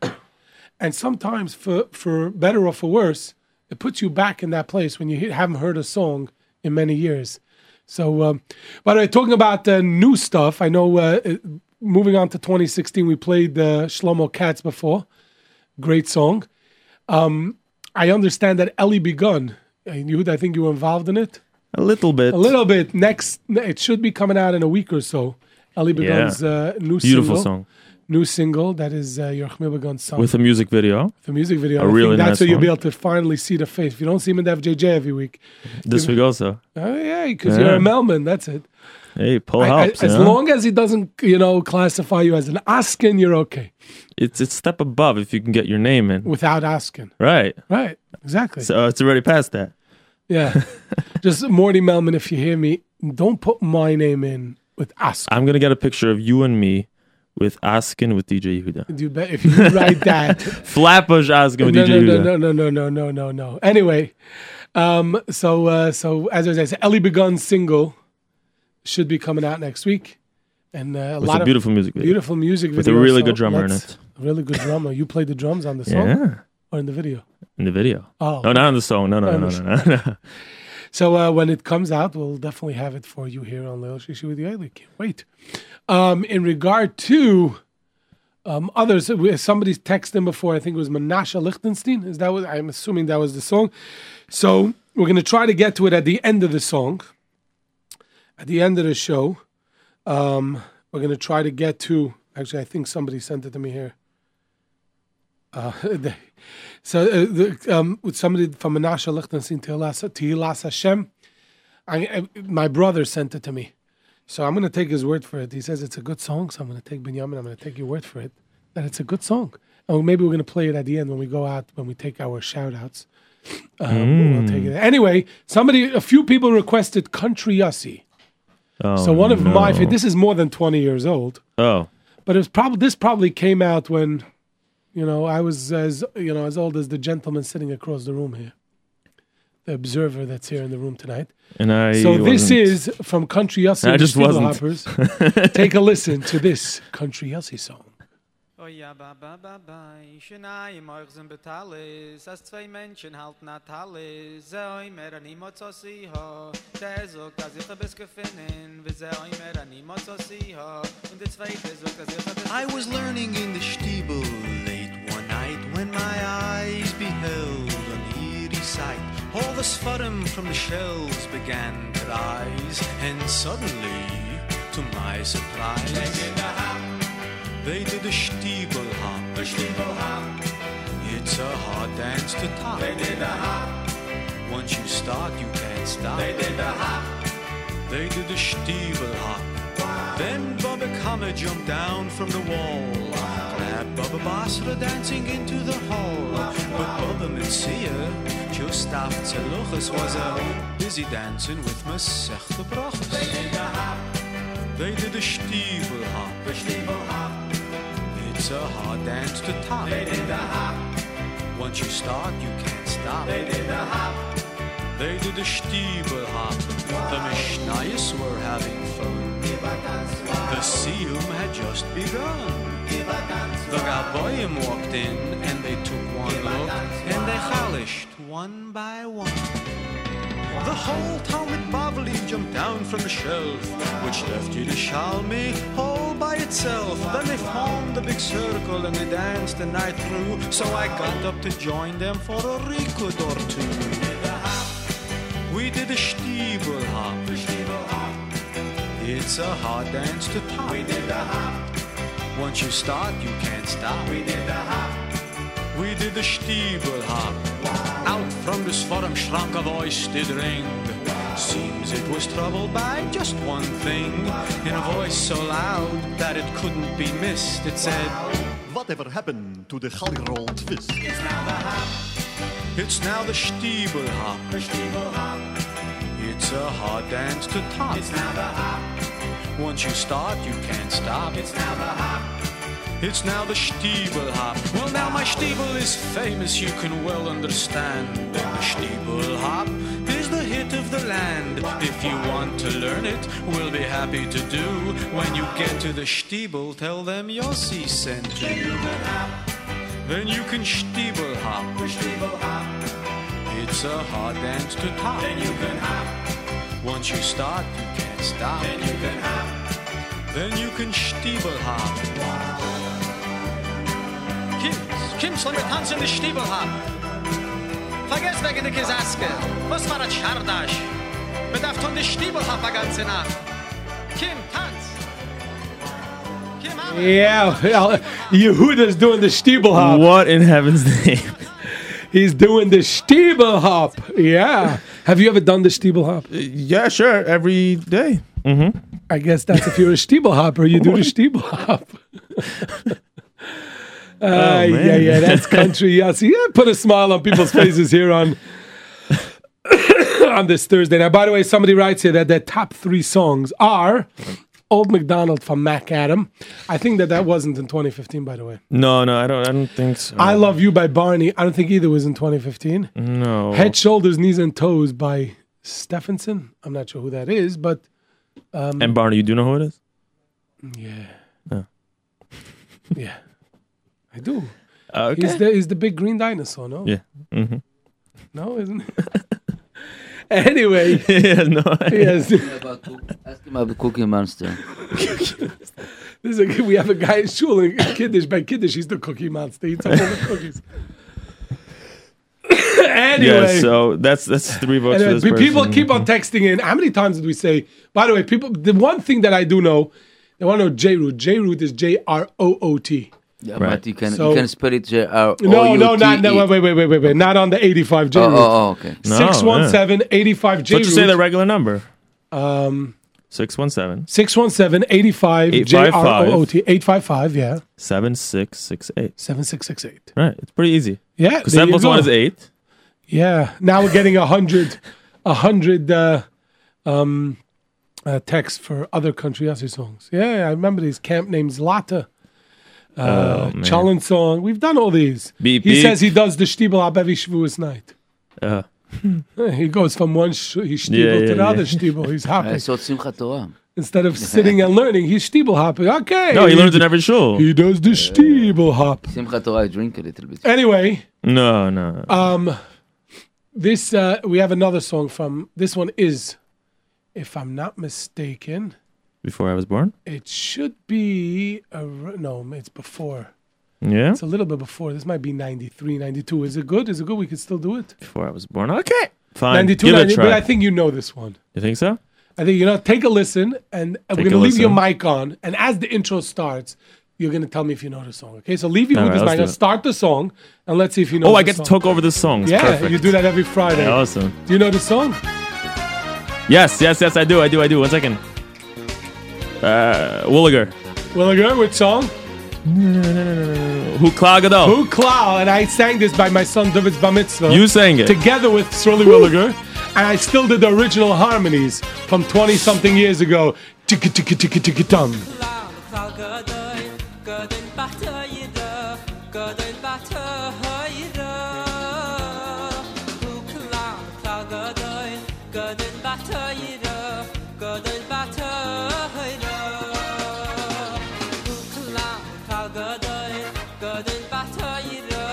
And sometimes, for, for better or for worse, it puts you back in that place when you he- haven't heard a song in many years. So, um, by the way, talking about uh, new stuff, I know uh, it- moving on to 2016, we played uh, Shlomo Katz before. Great song. Um, I understand that Ellie Begun, and Yehud, I think you were involved in it. A little bit. A little bit. Next, it should be coming out in a week or so. Ellie Yeah. Begun's uh, new Beautiful single. song. New single that is uh, Yochmi Begun's song With a music video. the music video. A I think really that's nice where you'll one. be able to finally see the face. If you don't see him in the FJJ every week, This week also. oh yeah, because Yeah. you're a Melman. That's it. Hey, Paul I- I- helps. as you know? long as he doesn't, you know, classify you as an Askin, you're okay. it's it's step above if you can get your name in. Without Askin, Right. right? Exactly. So uh, it's already past that. yeah. Just Morty Melman, if you hear me, don't put my name in with Askin. I'm gonna get a picture of you and me with Askin with DJ Yehuda. You bet if you write that. Flatbush No, Askin with no, DJ Yehuda. no, no, no, no, no, no, no, no. Anyway, um, so uh, so as I was saying, Ellie Begun's single should be coming out next week, and uh, a With lot a of beautiful music video. beautiful music With a video really so good drummer in let's- it. a really good drummer. You played the drums on the song, Yeah. or in the video. In the video. Oh. No, not on the song. No, no, Oh, no, no. no, no, no. So uh, when it comes out, we'll definitely have it for you here on Little Shishi with the Ellie. Can't wait. Um, in regard to um, others, we- somebody's texted in before. I think it was Menashe Lichtenstein. Is that what I'm assuming that was the song? So we're going to try to get to it at the end of the song, at the end of the show. Um, we're going to try to get to. Actually, I think somebody sent it to me here. Uh, they- so uh, the, um, with somebody from Menashe Lichtenstein, Tehillas Tehillas Hashem, I, I, my brother sent it to me. So I'm going to take his word for it. He says it's a good song, so I'm going to take Binyamin, I'm going to take your word for it, that it's a good song. And maybe we're going to play it at the end when we go out, when we take our shout outs. Um, We'll take it. Mm. Anyway, somebody, a few people requested Country Yossi. Oh, so one of no. my, fa- this is more than 20 years old. Oh. But it was probably this probably came out when, you know, I was as you know as old as the gentleman sitting across the room here, the observer that's here in the room tonight. And I so this wasn't. is from Country Yossi. I and the just wasn't. Fieldhoppers. Take a listen to this Country Yossi song. Oh ja, ba ba ba ba, ich in einem euch sind betalis, als zwei Menschen halten a talis, ze oi mer an imo zo si ho, der sagt, dass ich bis gefinnen, wie ze oi mer an imo zo si ho, und der zweite sagt, dass ich bis I was learning in the Stiebel late one night when my eyes beheld an eerie sight. All the sputum from the shells began to rise, and suddenly, to my surprise, they did a hop. They did a Stiebel hop. A Stiebel hop. It's a hard dance to top. They did a hop. Once you start, you can't stop. They did a hop. They did a Stiebel hop. Then Bubba Kama jumped down from the wall. Glad Bubba Basra dancing into the hall. But Bubba Metzia, Gustav Zeluchas, was uh, busy dancing with Masech the Brachas. They did a hop. They did a Stiebel hop. A Stiebel hop. It's a hard dance to top. They did a hop. Once you start, you can't stop. They did a hop. They do the Stiebel hop. The Mishnayos were having fun. The Siyum had just begun. The Gaboyim walked in and they took one look and they chalished one by one. The whole Talmud Bavli jumped down from the shelf, which left Yerushalmi all by itself. Then they formed a big circle and they danced the night through. So I got up to join them for a record or two. We did a Stiebel hop. It's a hard dance to top. We did a hop. Once you start, you can't stop. We did a hop. We did the Stiebel hop. Out from the Sforum Schrank a voice did ring. Seems it was troubled by just one thing. In a voice so loud that it couldn't be missed, it said, Whatever happened to the Galliroll twist? It's now the hop. It's now the Stiebel hop. The Stiebel hop. It's a hard dance to top. It's now the hop. Once you start, you can't stop. It's now the hop. It's now the Stiebel hop. Well, now my Stiebel is famous, you can well understand. The Stiebel hop is the hit of the land. If you want to learn it, we'll be happy to do. When you get to the Stiebel, tell them Yossi sent you. Then you can Stiebel hop. It's a hard dance to top. Then you can hop. Once you start, you can't stop. Then you can hop. Then you can Stiebel hop. Kims, Kims, let me dance in the Stiebel hop. Vergesst wegen der Gesaske. Was war das Schardasch? Man darf tun die Stiebel hop a ganze Nacht. Kim, tanz. Yeah, well, Yehuda's doing the Stiebel hop. What in heaven's name? He's doing the Stiebel hop. Yeah. Have you ever done the Stiebel hop? Yeah, sure. Every day. Mm-hmm. I guess that's if you're a Stiebel hopper, you do the Stiebel hop. uh, yeah, Oh, man. yeah, that's country. Yeah, see, yeah, put a smile on people's faces here on on this Thursday. Now, by the way, somebody writes here that their top three songs are Old McDonald from Mac Adam. I think that that wasn't in 2015, by the way. No, no, I don't. I don't think so. I Love You by Barney. I don't think either was in 2015. no. Head, Shoulders, Knees, and Toes by Stephenson. I'm not sure who that is, but. Um, and Barney, you do know who it is? Yeah. Oh. yeah. I do. Uh, Okay. He's the, he's the big green dinosaur, no? Yeah. Mm-hmm. No, isn't it? anyway. yeah, no. Yes. Ask him about Cookie Monster. This is a, we have a guy in shul in Kiddish. By Kiddish, he's the cookie monster. He eats up all the cookies. anyway. Yeah, so that's that's three votes Anyway, for this pe- people person. keep on texting in. How many times did we say? By the way, people. The one thing that I do know, they want to know J root. J root is J R O O T. Yeah, But you can, So- you can spell it uh, J R Oh, O No, U no, T not E. no. Wait, wait, wait, wait, wait, wait. Not on the eighty-five J Oh, root. oh, okay. No, Six one seven eighty-five J But root. you say the regular number. Um, Six one seven 617 85 J R O O T 855, yeah. seven six six eight. 7668. Right. It's pretty easy. Yeah, Because there seven you plus go. one is eight. Yeah. Now we're getting a 100 a 100 uh, um uh, texts for other country Aussie songs. Yeah, I remember these camp names Lata. Uh, Oh, man. challenge song. We've done all these. Beep, he beep. says he does the Stiebel up every Shavuos night. Uh, He goes from one sh- he Stiebel Yeah, yeah, to the other yeah. Stiebel. He's happy. So Simchat Torah. Instead of sitting and learning, he's Stiebel hopping. Okay. no, he learns in every shul. He does the Stiebel hop. Simchat Torah, I drink a little bit. Anyway, No, no. Um, this uh, we have another song from. This one is, if I'm not mistaken, Before I was born. it should be a, no. It's before. Yeah. It's a little bit before. This might be 93, 92. Is it good? Is it good? We could still do it. Before I was born. Okay. Fine. 92, Give it a 90 try. But I think you know this one. you think so? I think you know. Take a listen, and Take we're a gonna leave your listen. mic on. And as the intro starts, you're gonna tell me if you know the song. Okay, so leave you All with right, this let's mic. do I'll it. start the song, and let's see if you know. oh, I the get to song. talk over the songs. Yeah, Perfect. you do that every Friday. Yeah, awesome. Do you know the song? Yes, yes, yes. I do. I do. I do. One second. Uh, Wooliger. Well, good. Which song? Who Klagadol. Who Klau, and I sang this by my son David's Bar Mitzvah. You sang it. Together with Surly Williger. And I still did the original harmonies from 20 something years ago. Ticka ticka ticka ticka tum. Who gadol gadol batayra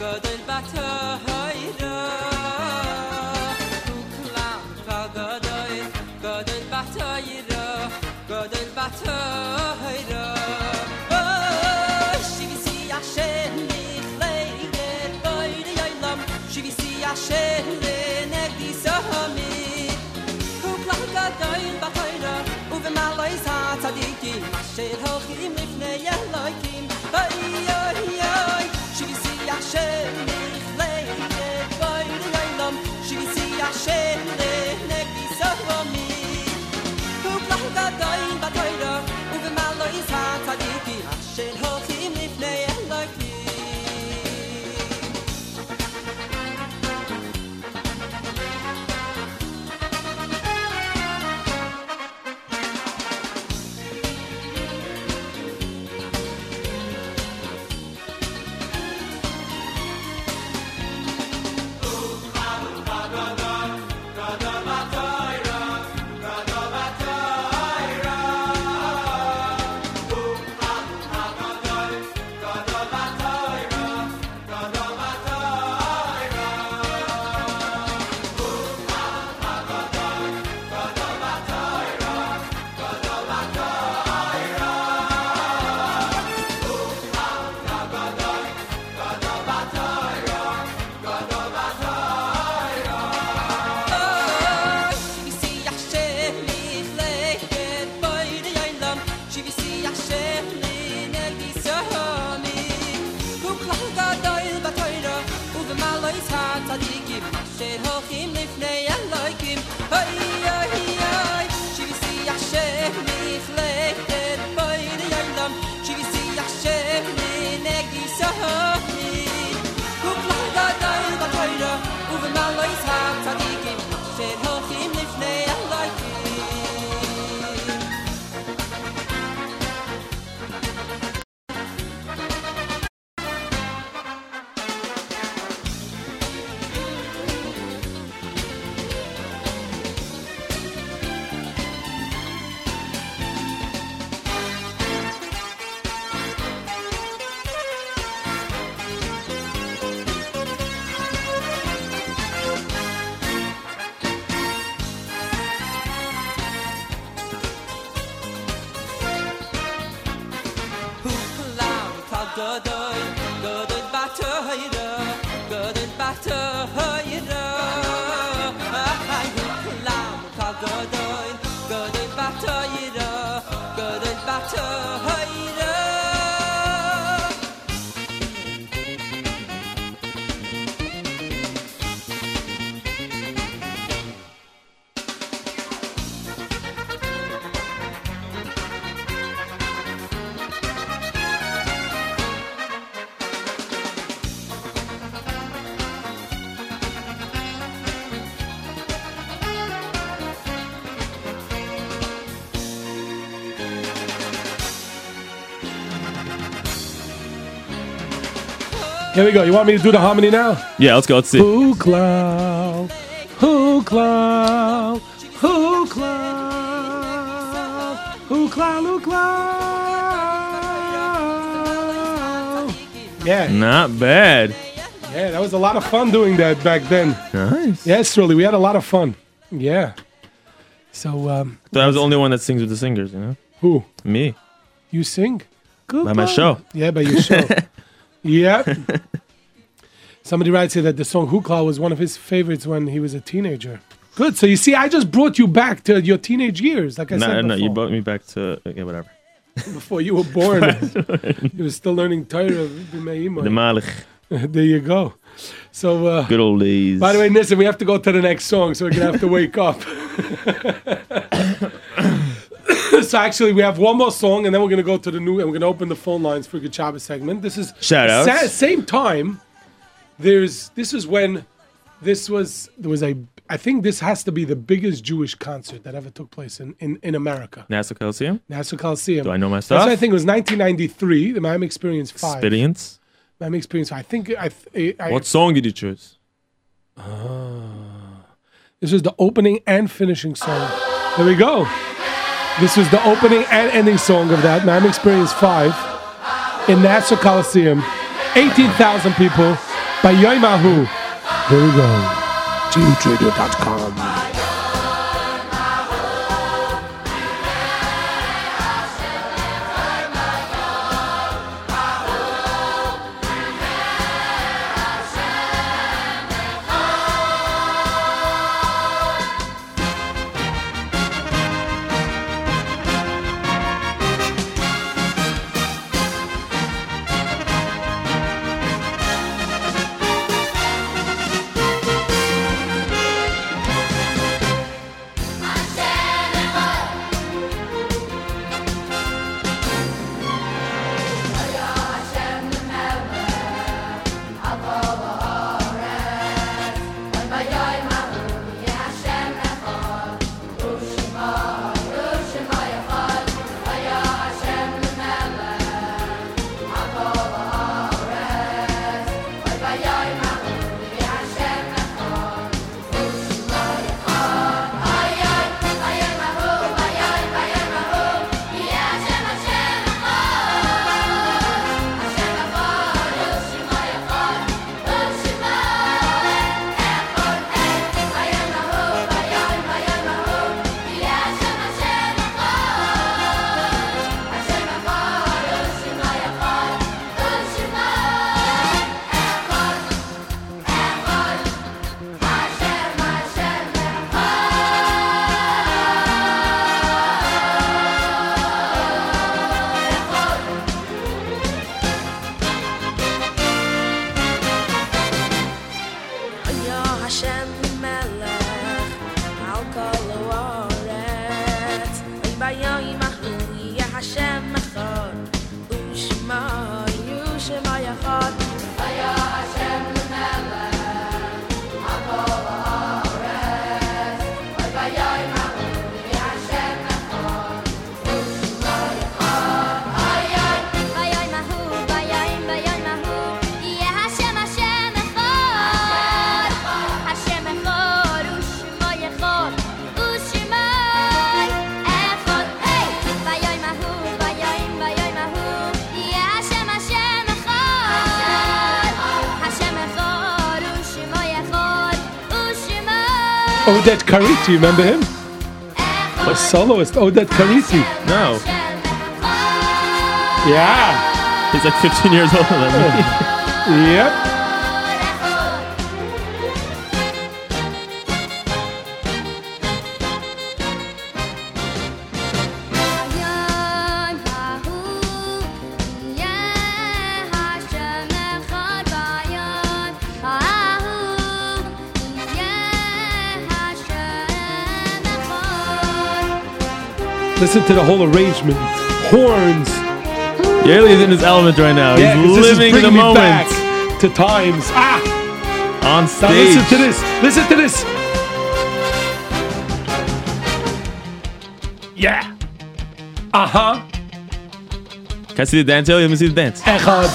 gadol batayra uklam gadol gadol batayra gadol batayra oh shivisi ashen lichleiger boyne yaylam shivisi ashen negdisahamit קופלח גדול בתוירה ובמעלוי צדיקים אשר הולכים לפני אלוהיקים אוי אוי אוי שביסי השם לכלי גבוי לעולם שביסי השם לנגדי סורומי קופלח גדול בתוירה ובמעלוי צדיקים אשר הולכים לפני אלוהיקים er Ubemalois hat tzadikim, asher hochim lifnei Elohim. Hulam kal godoy, godoy batoyra, godoy batoyra. Ay hulam kal godoy, godoy batoyra, godoy batoyra. Here we go. You want me to do the harmony now? Yeah, let's go. Let's see. Who clown? Who clown? Who clown? Who clown? Who clown? Yeah. Not bad. Yeah, that was a lot of fun doing that back then. Nice. Yes, really. We had a lot of fun. Yeah. So, um, So I was the only one that sings with the singers, you know? Who? Me. You sing? Good By my show. Yeah, by your show. yeah. Somebody writes here that the song Hookla was one of his favorites when he was a teenager. Good. So you see, I just brought you back to your teenage years, like I No, said no, before. you brought me back to okay, whatever. before you were born. you were still learning Torah. B'nai Imai. The Malich. there you go. So, uh, Good old days. by the way, Nissen, we have to go to the next song, so we're gonna have to wake up. so actually, we have one more song, and then we're gonna go to the new, and we're gonna open the phone lines for the Chaba segment. This is Shout outs. sa- same time. There's this is when this was there was a I think this has to be the biggest Jewish concert that ever took place in in, in America. NASA Coliseum. Nassau Coliseum. Do I know my That's stuff? what I think it was 1993, the Miami Experience Five. Experience. Miami Experience Five. I think I. Th- I, I What song did you choose? Ah. This is the opening and finishing song. There we go. This was the opening and ending song of that Miami Experience 5. in Nassau Coliseum. 18,000 people by Yom Ahu. There we go. JewTrader.com. Ya Hashem Melech, al kol haaretz. Oy bayoyim ahu, ya Hashem echad, ushma, yushma yachad. Ya Hashem Melech, al kol haaretz. Oy bayoyim ahu, ya Hashem echad, ushma yachad. Bayoyim, bayoyim ahu, bayoyim, bayoyim ahu, ya Hashem Hashem echad. Hashem echad, ushma yachad, ushma echad. Hey, bayoyim ahu, bayoyim, bayoyim ahu, ya Hashem Hashem echad. Hashem echad, ushma yachad, ushma. Odette Cariti, remember him? My soloist, Odette Cariti. No. Oh. Yeah. He's like 15 years older than me. yep. Listen to the whole arrangement. Horns. Yaley's in his element right now. Yeah, Oh, He's 'cause this is living the bringing me moment. back to times. Ah! On Now stage. listen to this. Listen to this. Yeah. Uh huh. Can I see the dance, Yaley? Let me see the dance. Echad.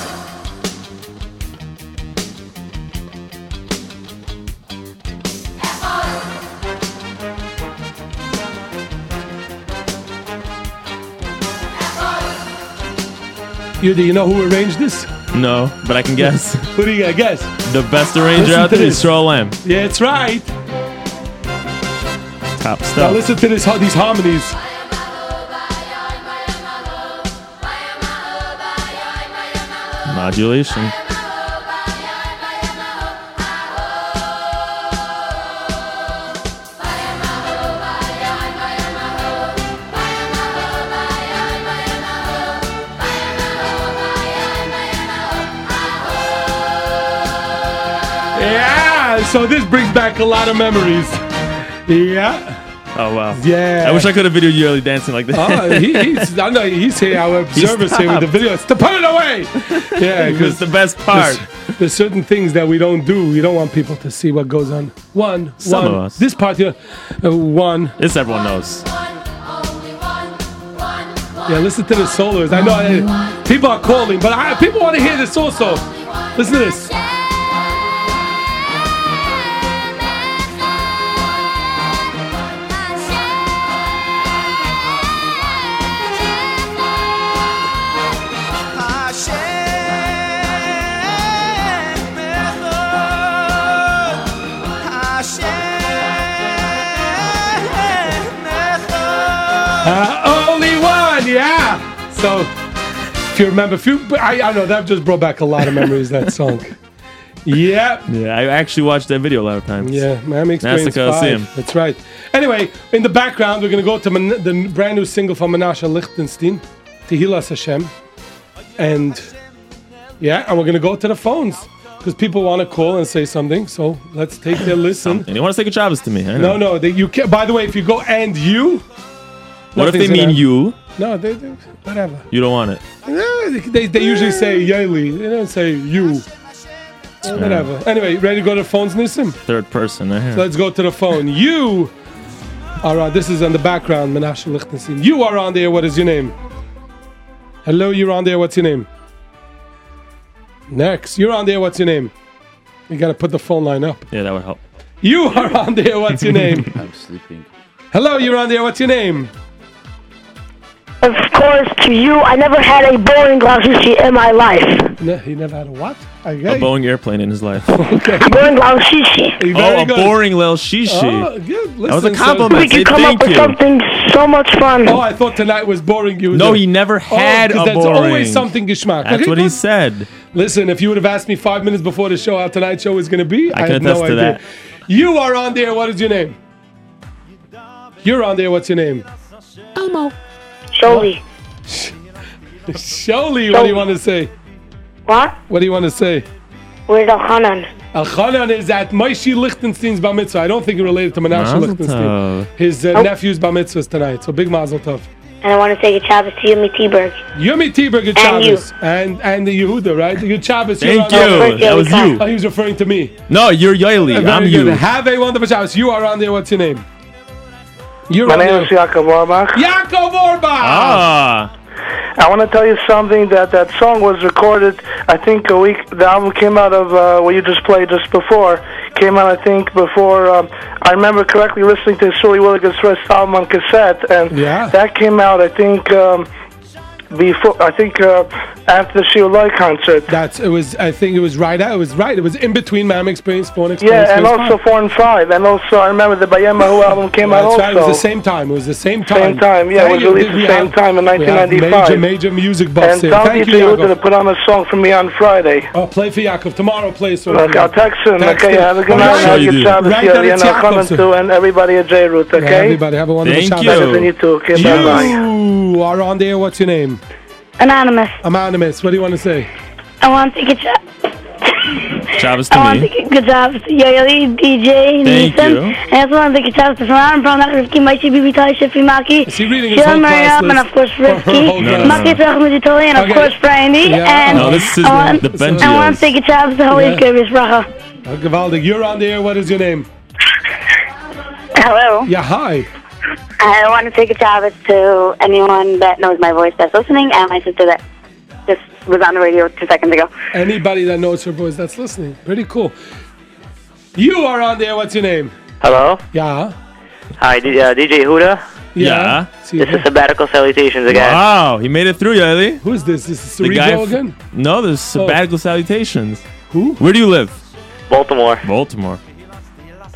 You, do you know who arranged this? No, but I can guess. Who do you gotta guess? The best arranger Listen out to there is this. Charles Lamb. Yeah, it's right. Top Now stuff. listen to this, ho- these harmonies. Modulation. Yeah. So this brings back a lot of memories. Yeah. Oh wow. Yeah. I wish I could have videoed you early dancing like that. Oh, he, he's, I know he's here. Our He observers here with the stopped. videos to put it away. Yeah, It was the best part. There's, there's certain things that we don't do. We don't want people to see what goes on. One, Some one. of us. This part here, uh, one. This everyone knows. Yeah, listen to the solos. I know uh, people are calling, but I, people want to hear this also. Listen to this. Hashem Uh, only one, yeah. So, if you remember, if you, I, I don't know, that just brought back a lot of memories. That song. Yep. Yeah, I actually watched that video a lot of times. Yeah, Miami Experience. That's the Coliseum. five. That's right. Anyway, in the background, we're going to go to Man- the brand new single from Menashe Lichtenstein, Tehillas Hashem. And yeah, and we're going to go to the phones because people want to call and say something. So let's take their listen. And you want to say good Shabbos to me? I No, know. no, they, you can By the way, if you go and you, What if nothing's they gonna mean happen. you? No, they, they whatever. You don't want it. No, They, they, they usually say Yaeli. They don't say you. Uh, Whatever. Anyway, ready to go to the phones, Nissim? Third person. I hear. So let's go to the phone. You are on, this is in the background, Menashe Lichtenstein. You are on there. What is your name? Hello, you're on there. What's your name? Next. You're on there. What's your name? You got to put the phone line up. Yeah, that would help. You are on there. What's your name? I'm sleeping. Hello, you're on there. What's your name? Of course, to you, I never had a Boeing Lausichi in my life. No, he never had a what? I A Boeing airplane in his life. okay. Boeing Lausichi. oh, a boring little shishi. Oh, good. that was a Listen, so- compliment. We could Say come up thank with you. Something so much fun. Oh, I thought tonight was boring. You No, there. he never had oh, 'cause a that's boring. always something geschmack. That's Okay, what he good. said. Listen, if you would have asked me five minutes before the show how tonight's show is going to be, I I, can have no attest to idea. that. You are on there. What is your name? You're on there. What's your name? Elmo. Jolie. Sholi, what do you want to say? What? What do you want to say? Where's Elhanan? Elchanan is at Maishi Lichtenstein's bar mitzvah. I don't think you're related to Menashe Mazel Lichtenstein. tov. His uh, Oh. nephew's bar mitzvah's tonight. So big mazel tov. And I want to say good Shabbos to you, me T-Berg. Yumi Tiberg and And you. Chavez. And, and the Yehuda, right? You Chavez. Thank you. That was you. Oh, he was referring to me. No, you're Yoeli. Very I'm good. you. Have a wonderful Shabbos. You are on there. What's your name? You're My on name there. is Jakob Orbach. Jakob Orbach! Ah. I want to tell you something that that song was recorded, I think a week, the album came out of, uh, what you just played just before, came out I think before, um, I remember correctly listening to Sully Willigan's first album on cassette, and Yeah. that came out I think, um, before, I think uh, after the Shiolai concert. That's, it was, I think it was right out. It was right. It was in between Mam Experience, Fawn Experience. Yeah, and Fawn also Experience. Four and Five, and also I remember the Bayemahu album came out That's also. right. It was the same time. It was the same time. Same time, yeah, it was Thank you. released the We same have- time in we have 1995. Major, major music buffs And here. tell me Thank if you, you to Jakob. put on a song for me on Friday. I'll play for Yaakov tomorrow. Play so Okay, I'll text him. Text okay, him. have a Oh, good night. sure Have a you good do. Shabbos, Right, that Yoli, it's and I'll Yaakov, comment sir. too. And everybody at J Root. Okay. Yeah, everybody, have a wonderful Thank Shabbos. you. Better than you too. Okay, you bye-bye. are on there. What's your name? Anonymous. Anonymous. What do you want to say? I want to get you. Shabbos I to want to me. get good jobs to Yoeli, DJ, Thank Neeson. you. And I also want to get jobs to Fran, Brown, Rivki, Maishi, Bibi, Tai, Shifi, Maki. Is he reading his whole class Mariam, and list? Oh, of course Rivki. Her whole class. Maki, Tzach, Mujitoli, and Okay. of course Brandy. Yeah. And No, this is I want, the Benjis. I want to get jobs to Holy Yeah. Gurus, Bracha. Uh, Gavaldik, you're on the air. What is your name? Hello. Yeah, hi. I want to take a job to anyone that knows my voice that's listening and my sister that just was on the radio two seconds ago. Anybody that knows your voice that's listening. Pretty cool. You are on there. What's your name? Hello. Yeah. Hi, D- uh, DJ Huda. Yeah. This is sabbatical salutations again. Wow, he made it through, Yoeli. Who is this? This is the guy Cerebro f- again? No, this is sabbatical salutations. Who? Where do you live? Baltimore. Baltimore.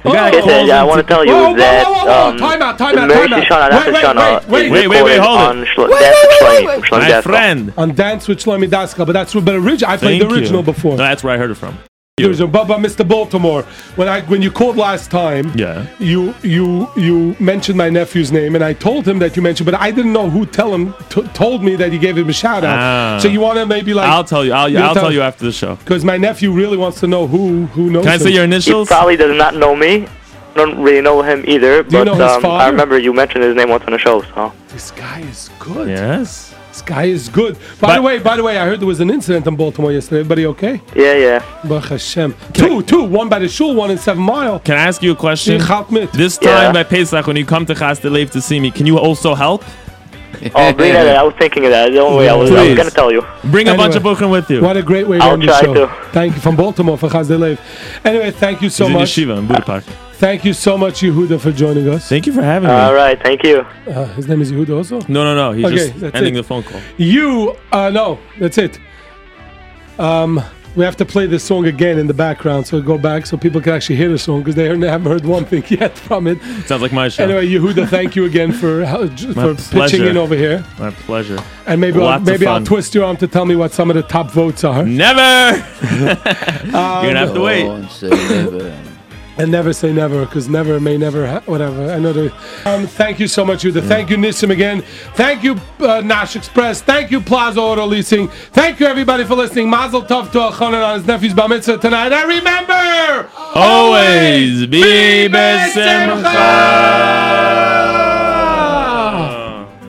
Oh. Listen, I want to tell you Whoa, whoa, that whoa, whoa, whoa, um, time out, time the out, Mary time Shoshana, out. Dr. Wait, wait, Shoshana wait, is wait, wait, wait, Uh, recorded hold it. on Shle- Dance with Shlomi from Shlomi My Dasko. friend. On Dance with Shlomi Daska, but that's Ruben original. I played Thank the you. original before. No, that's where I heard it from. There's a Bubba Mr. Baltimore. When I when you called last time, Yeah. you you you mentioned my nephew's name, and I told him that you mentioned, but I didn't know who tell him t- told me that you gave him a shout out. Ah. So you want to maybe like I'll tell you. I'll, You'll I'll tell- tell you after the show. because my nephew really wants to know who who knows. Can I say him. your He probably does not know me. Don't really know him either. Do but you know his um, I father? remember you mentioned his name once on the show. So This guy is good. Yes. This guy is good. By the way, by the way, I heard there was an incident in Baltimore yesterday. Everybody okay? yeah, yeah. Baruch Hashem. Two, two, one by the shul, one in Seven Mile. Can I ask you a question? Ich hab mit. This Yeah. time by Pesach, when you come to Chas Lev to see me, can you also help? Oh, bring that. I was thinking of that. Don't worry. I was, I was Please. gonna tell you. Bring a bunch of Bukhim with you. What a great way to I'll end the try show. to. Thank you from Baltimore for Chaz Lev. Anyway, thank you so He's in much. yeshiva in Buda Park. Thank you so much, Yehuda, for joining us. Thank you for having All right. Thank you. Uh, his name is Yehuda also. No, no, no. He's Okay, just that's ending it. the phone call. You, uh, no, that's it. Um, we have to play this song again in the background, so go back so people can actually hear the song because they haven't- haven't heard one thing yet from it. Sounds like my show. Anyway, Yehuda, thank you again for how- My for pitching pleasure. in over here, My pleasure. and maybe I'll, Lots of maybe I'll fun. twist your arm to tell me what some of the top votes are. Never. You're gonna have to wait. um, And never say never, because never may never, ha- whatever. I know there. Um, thank you so much, Yuda. Thank you, Nissim, again. Thank you, uh, Nash Express. Thank you, Plaza Auto Leasing. Thank you, everybody, for listening. Mazel Tov to Elchanan on his nephew's bar mitzvah tonight. And remember, Always be besemcha.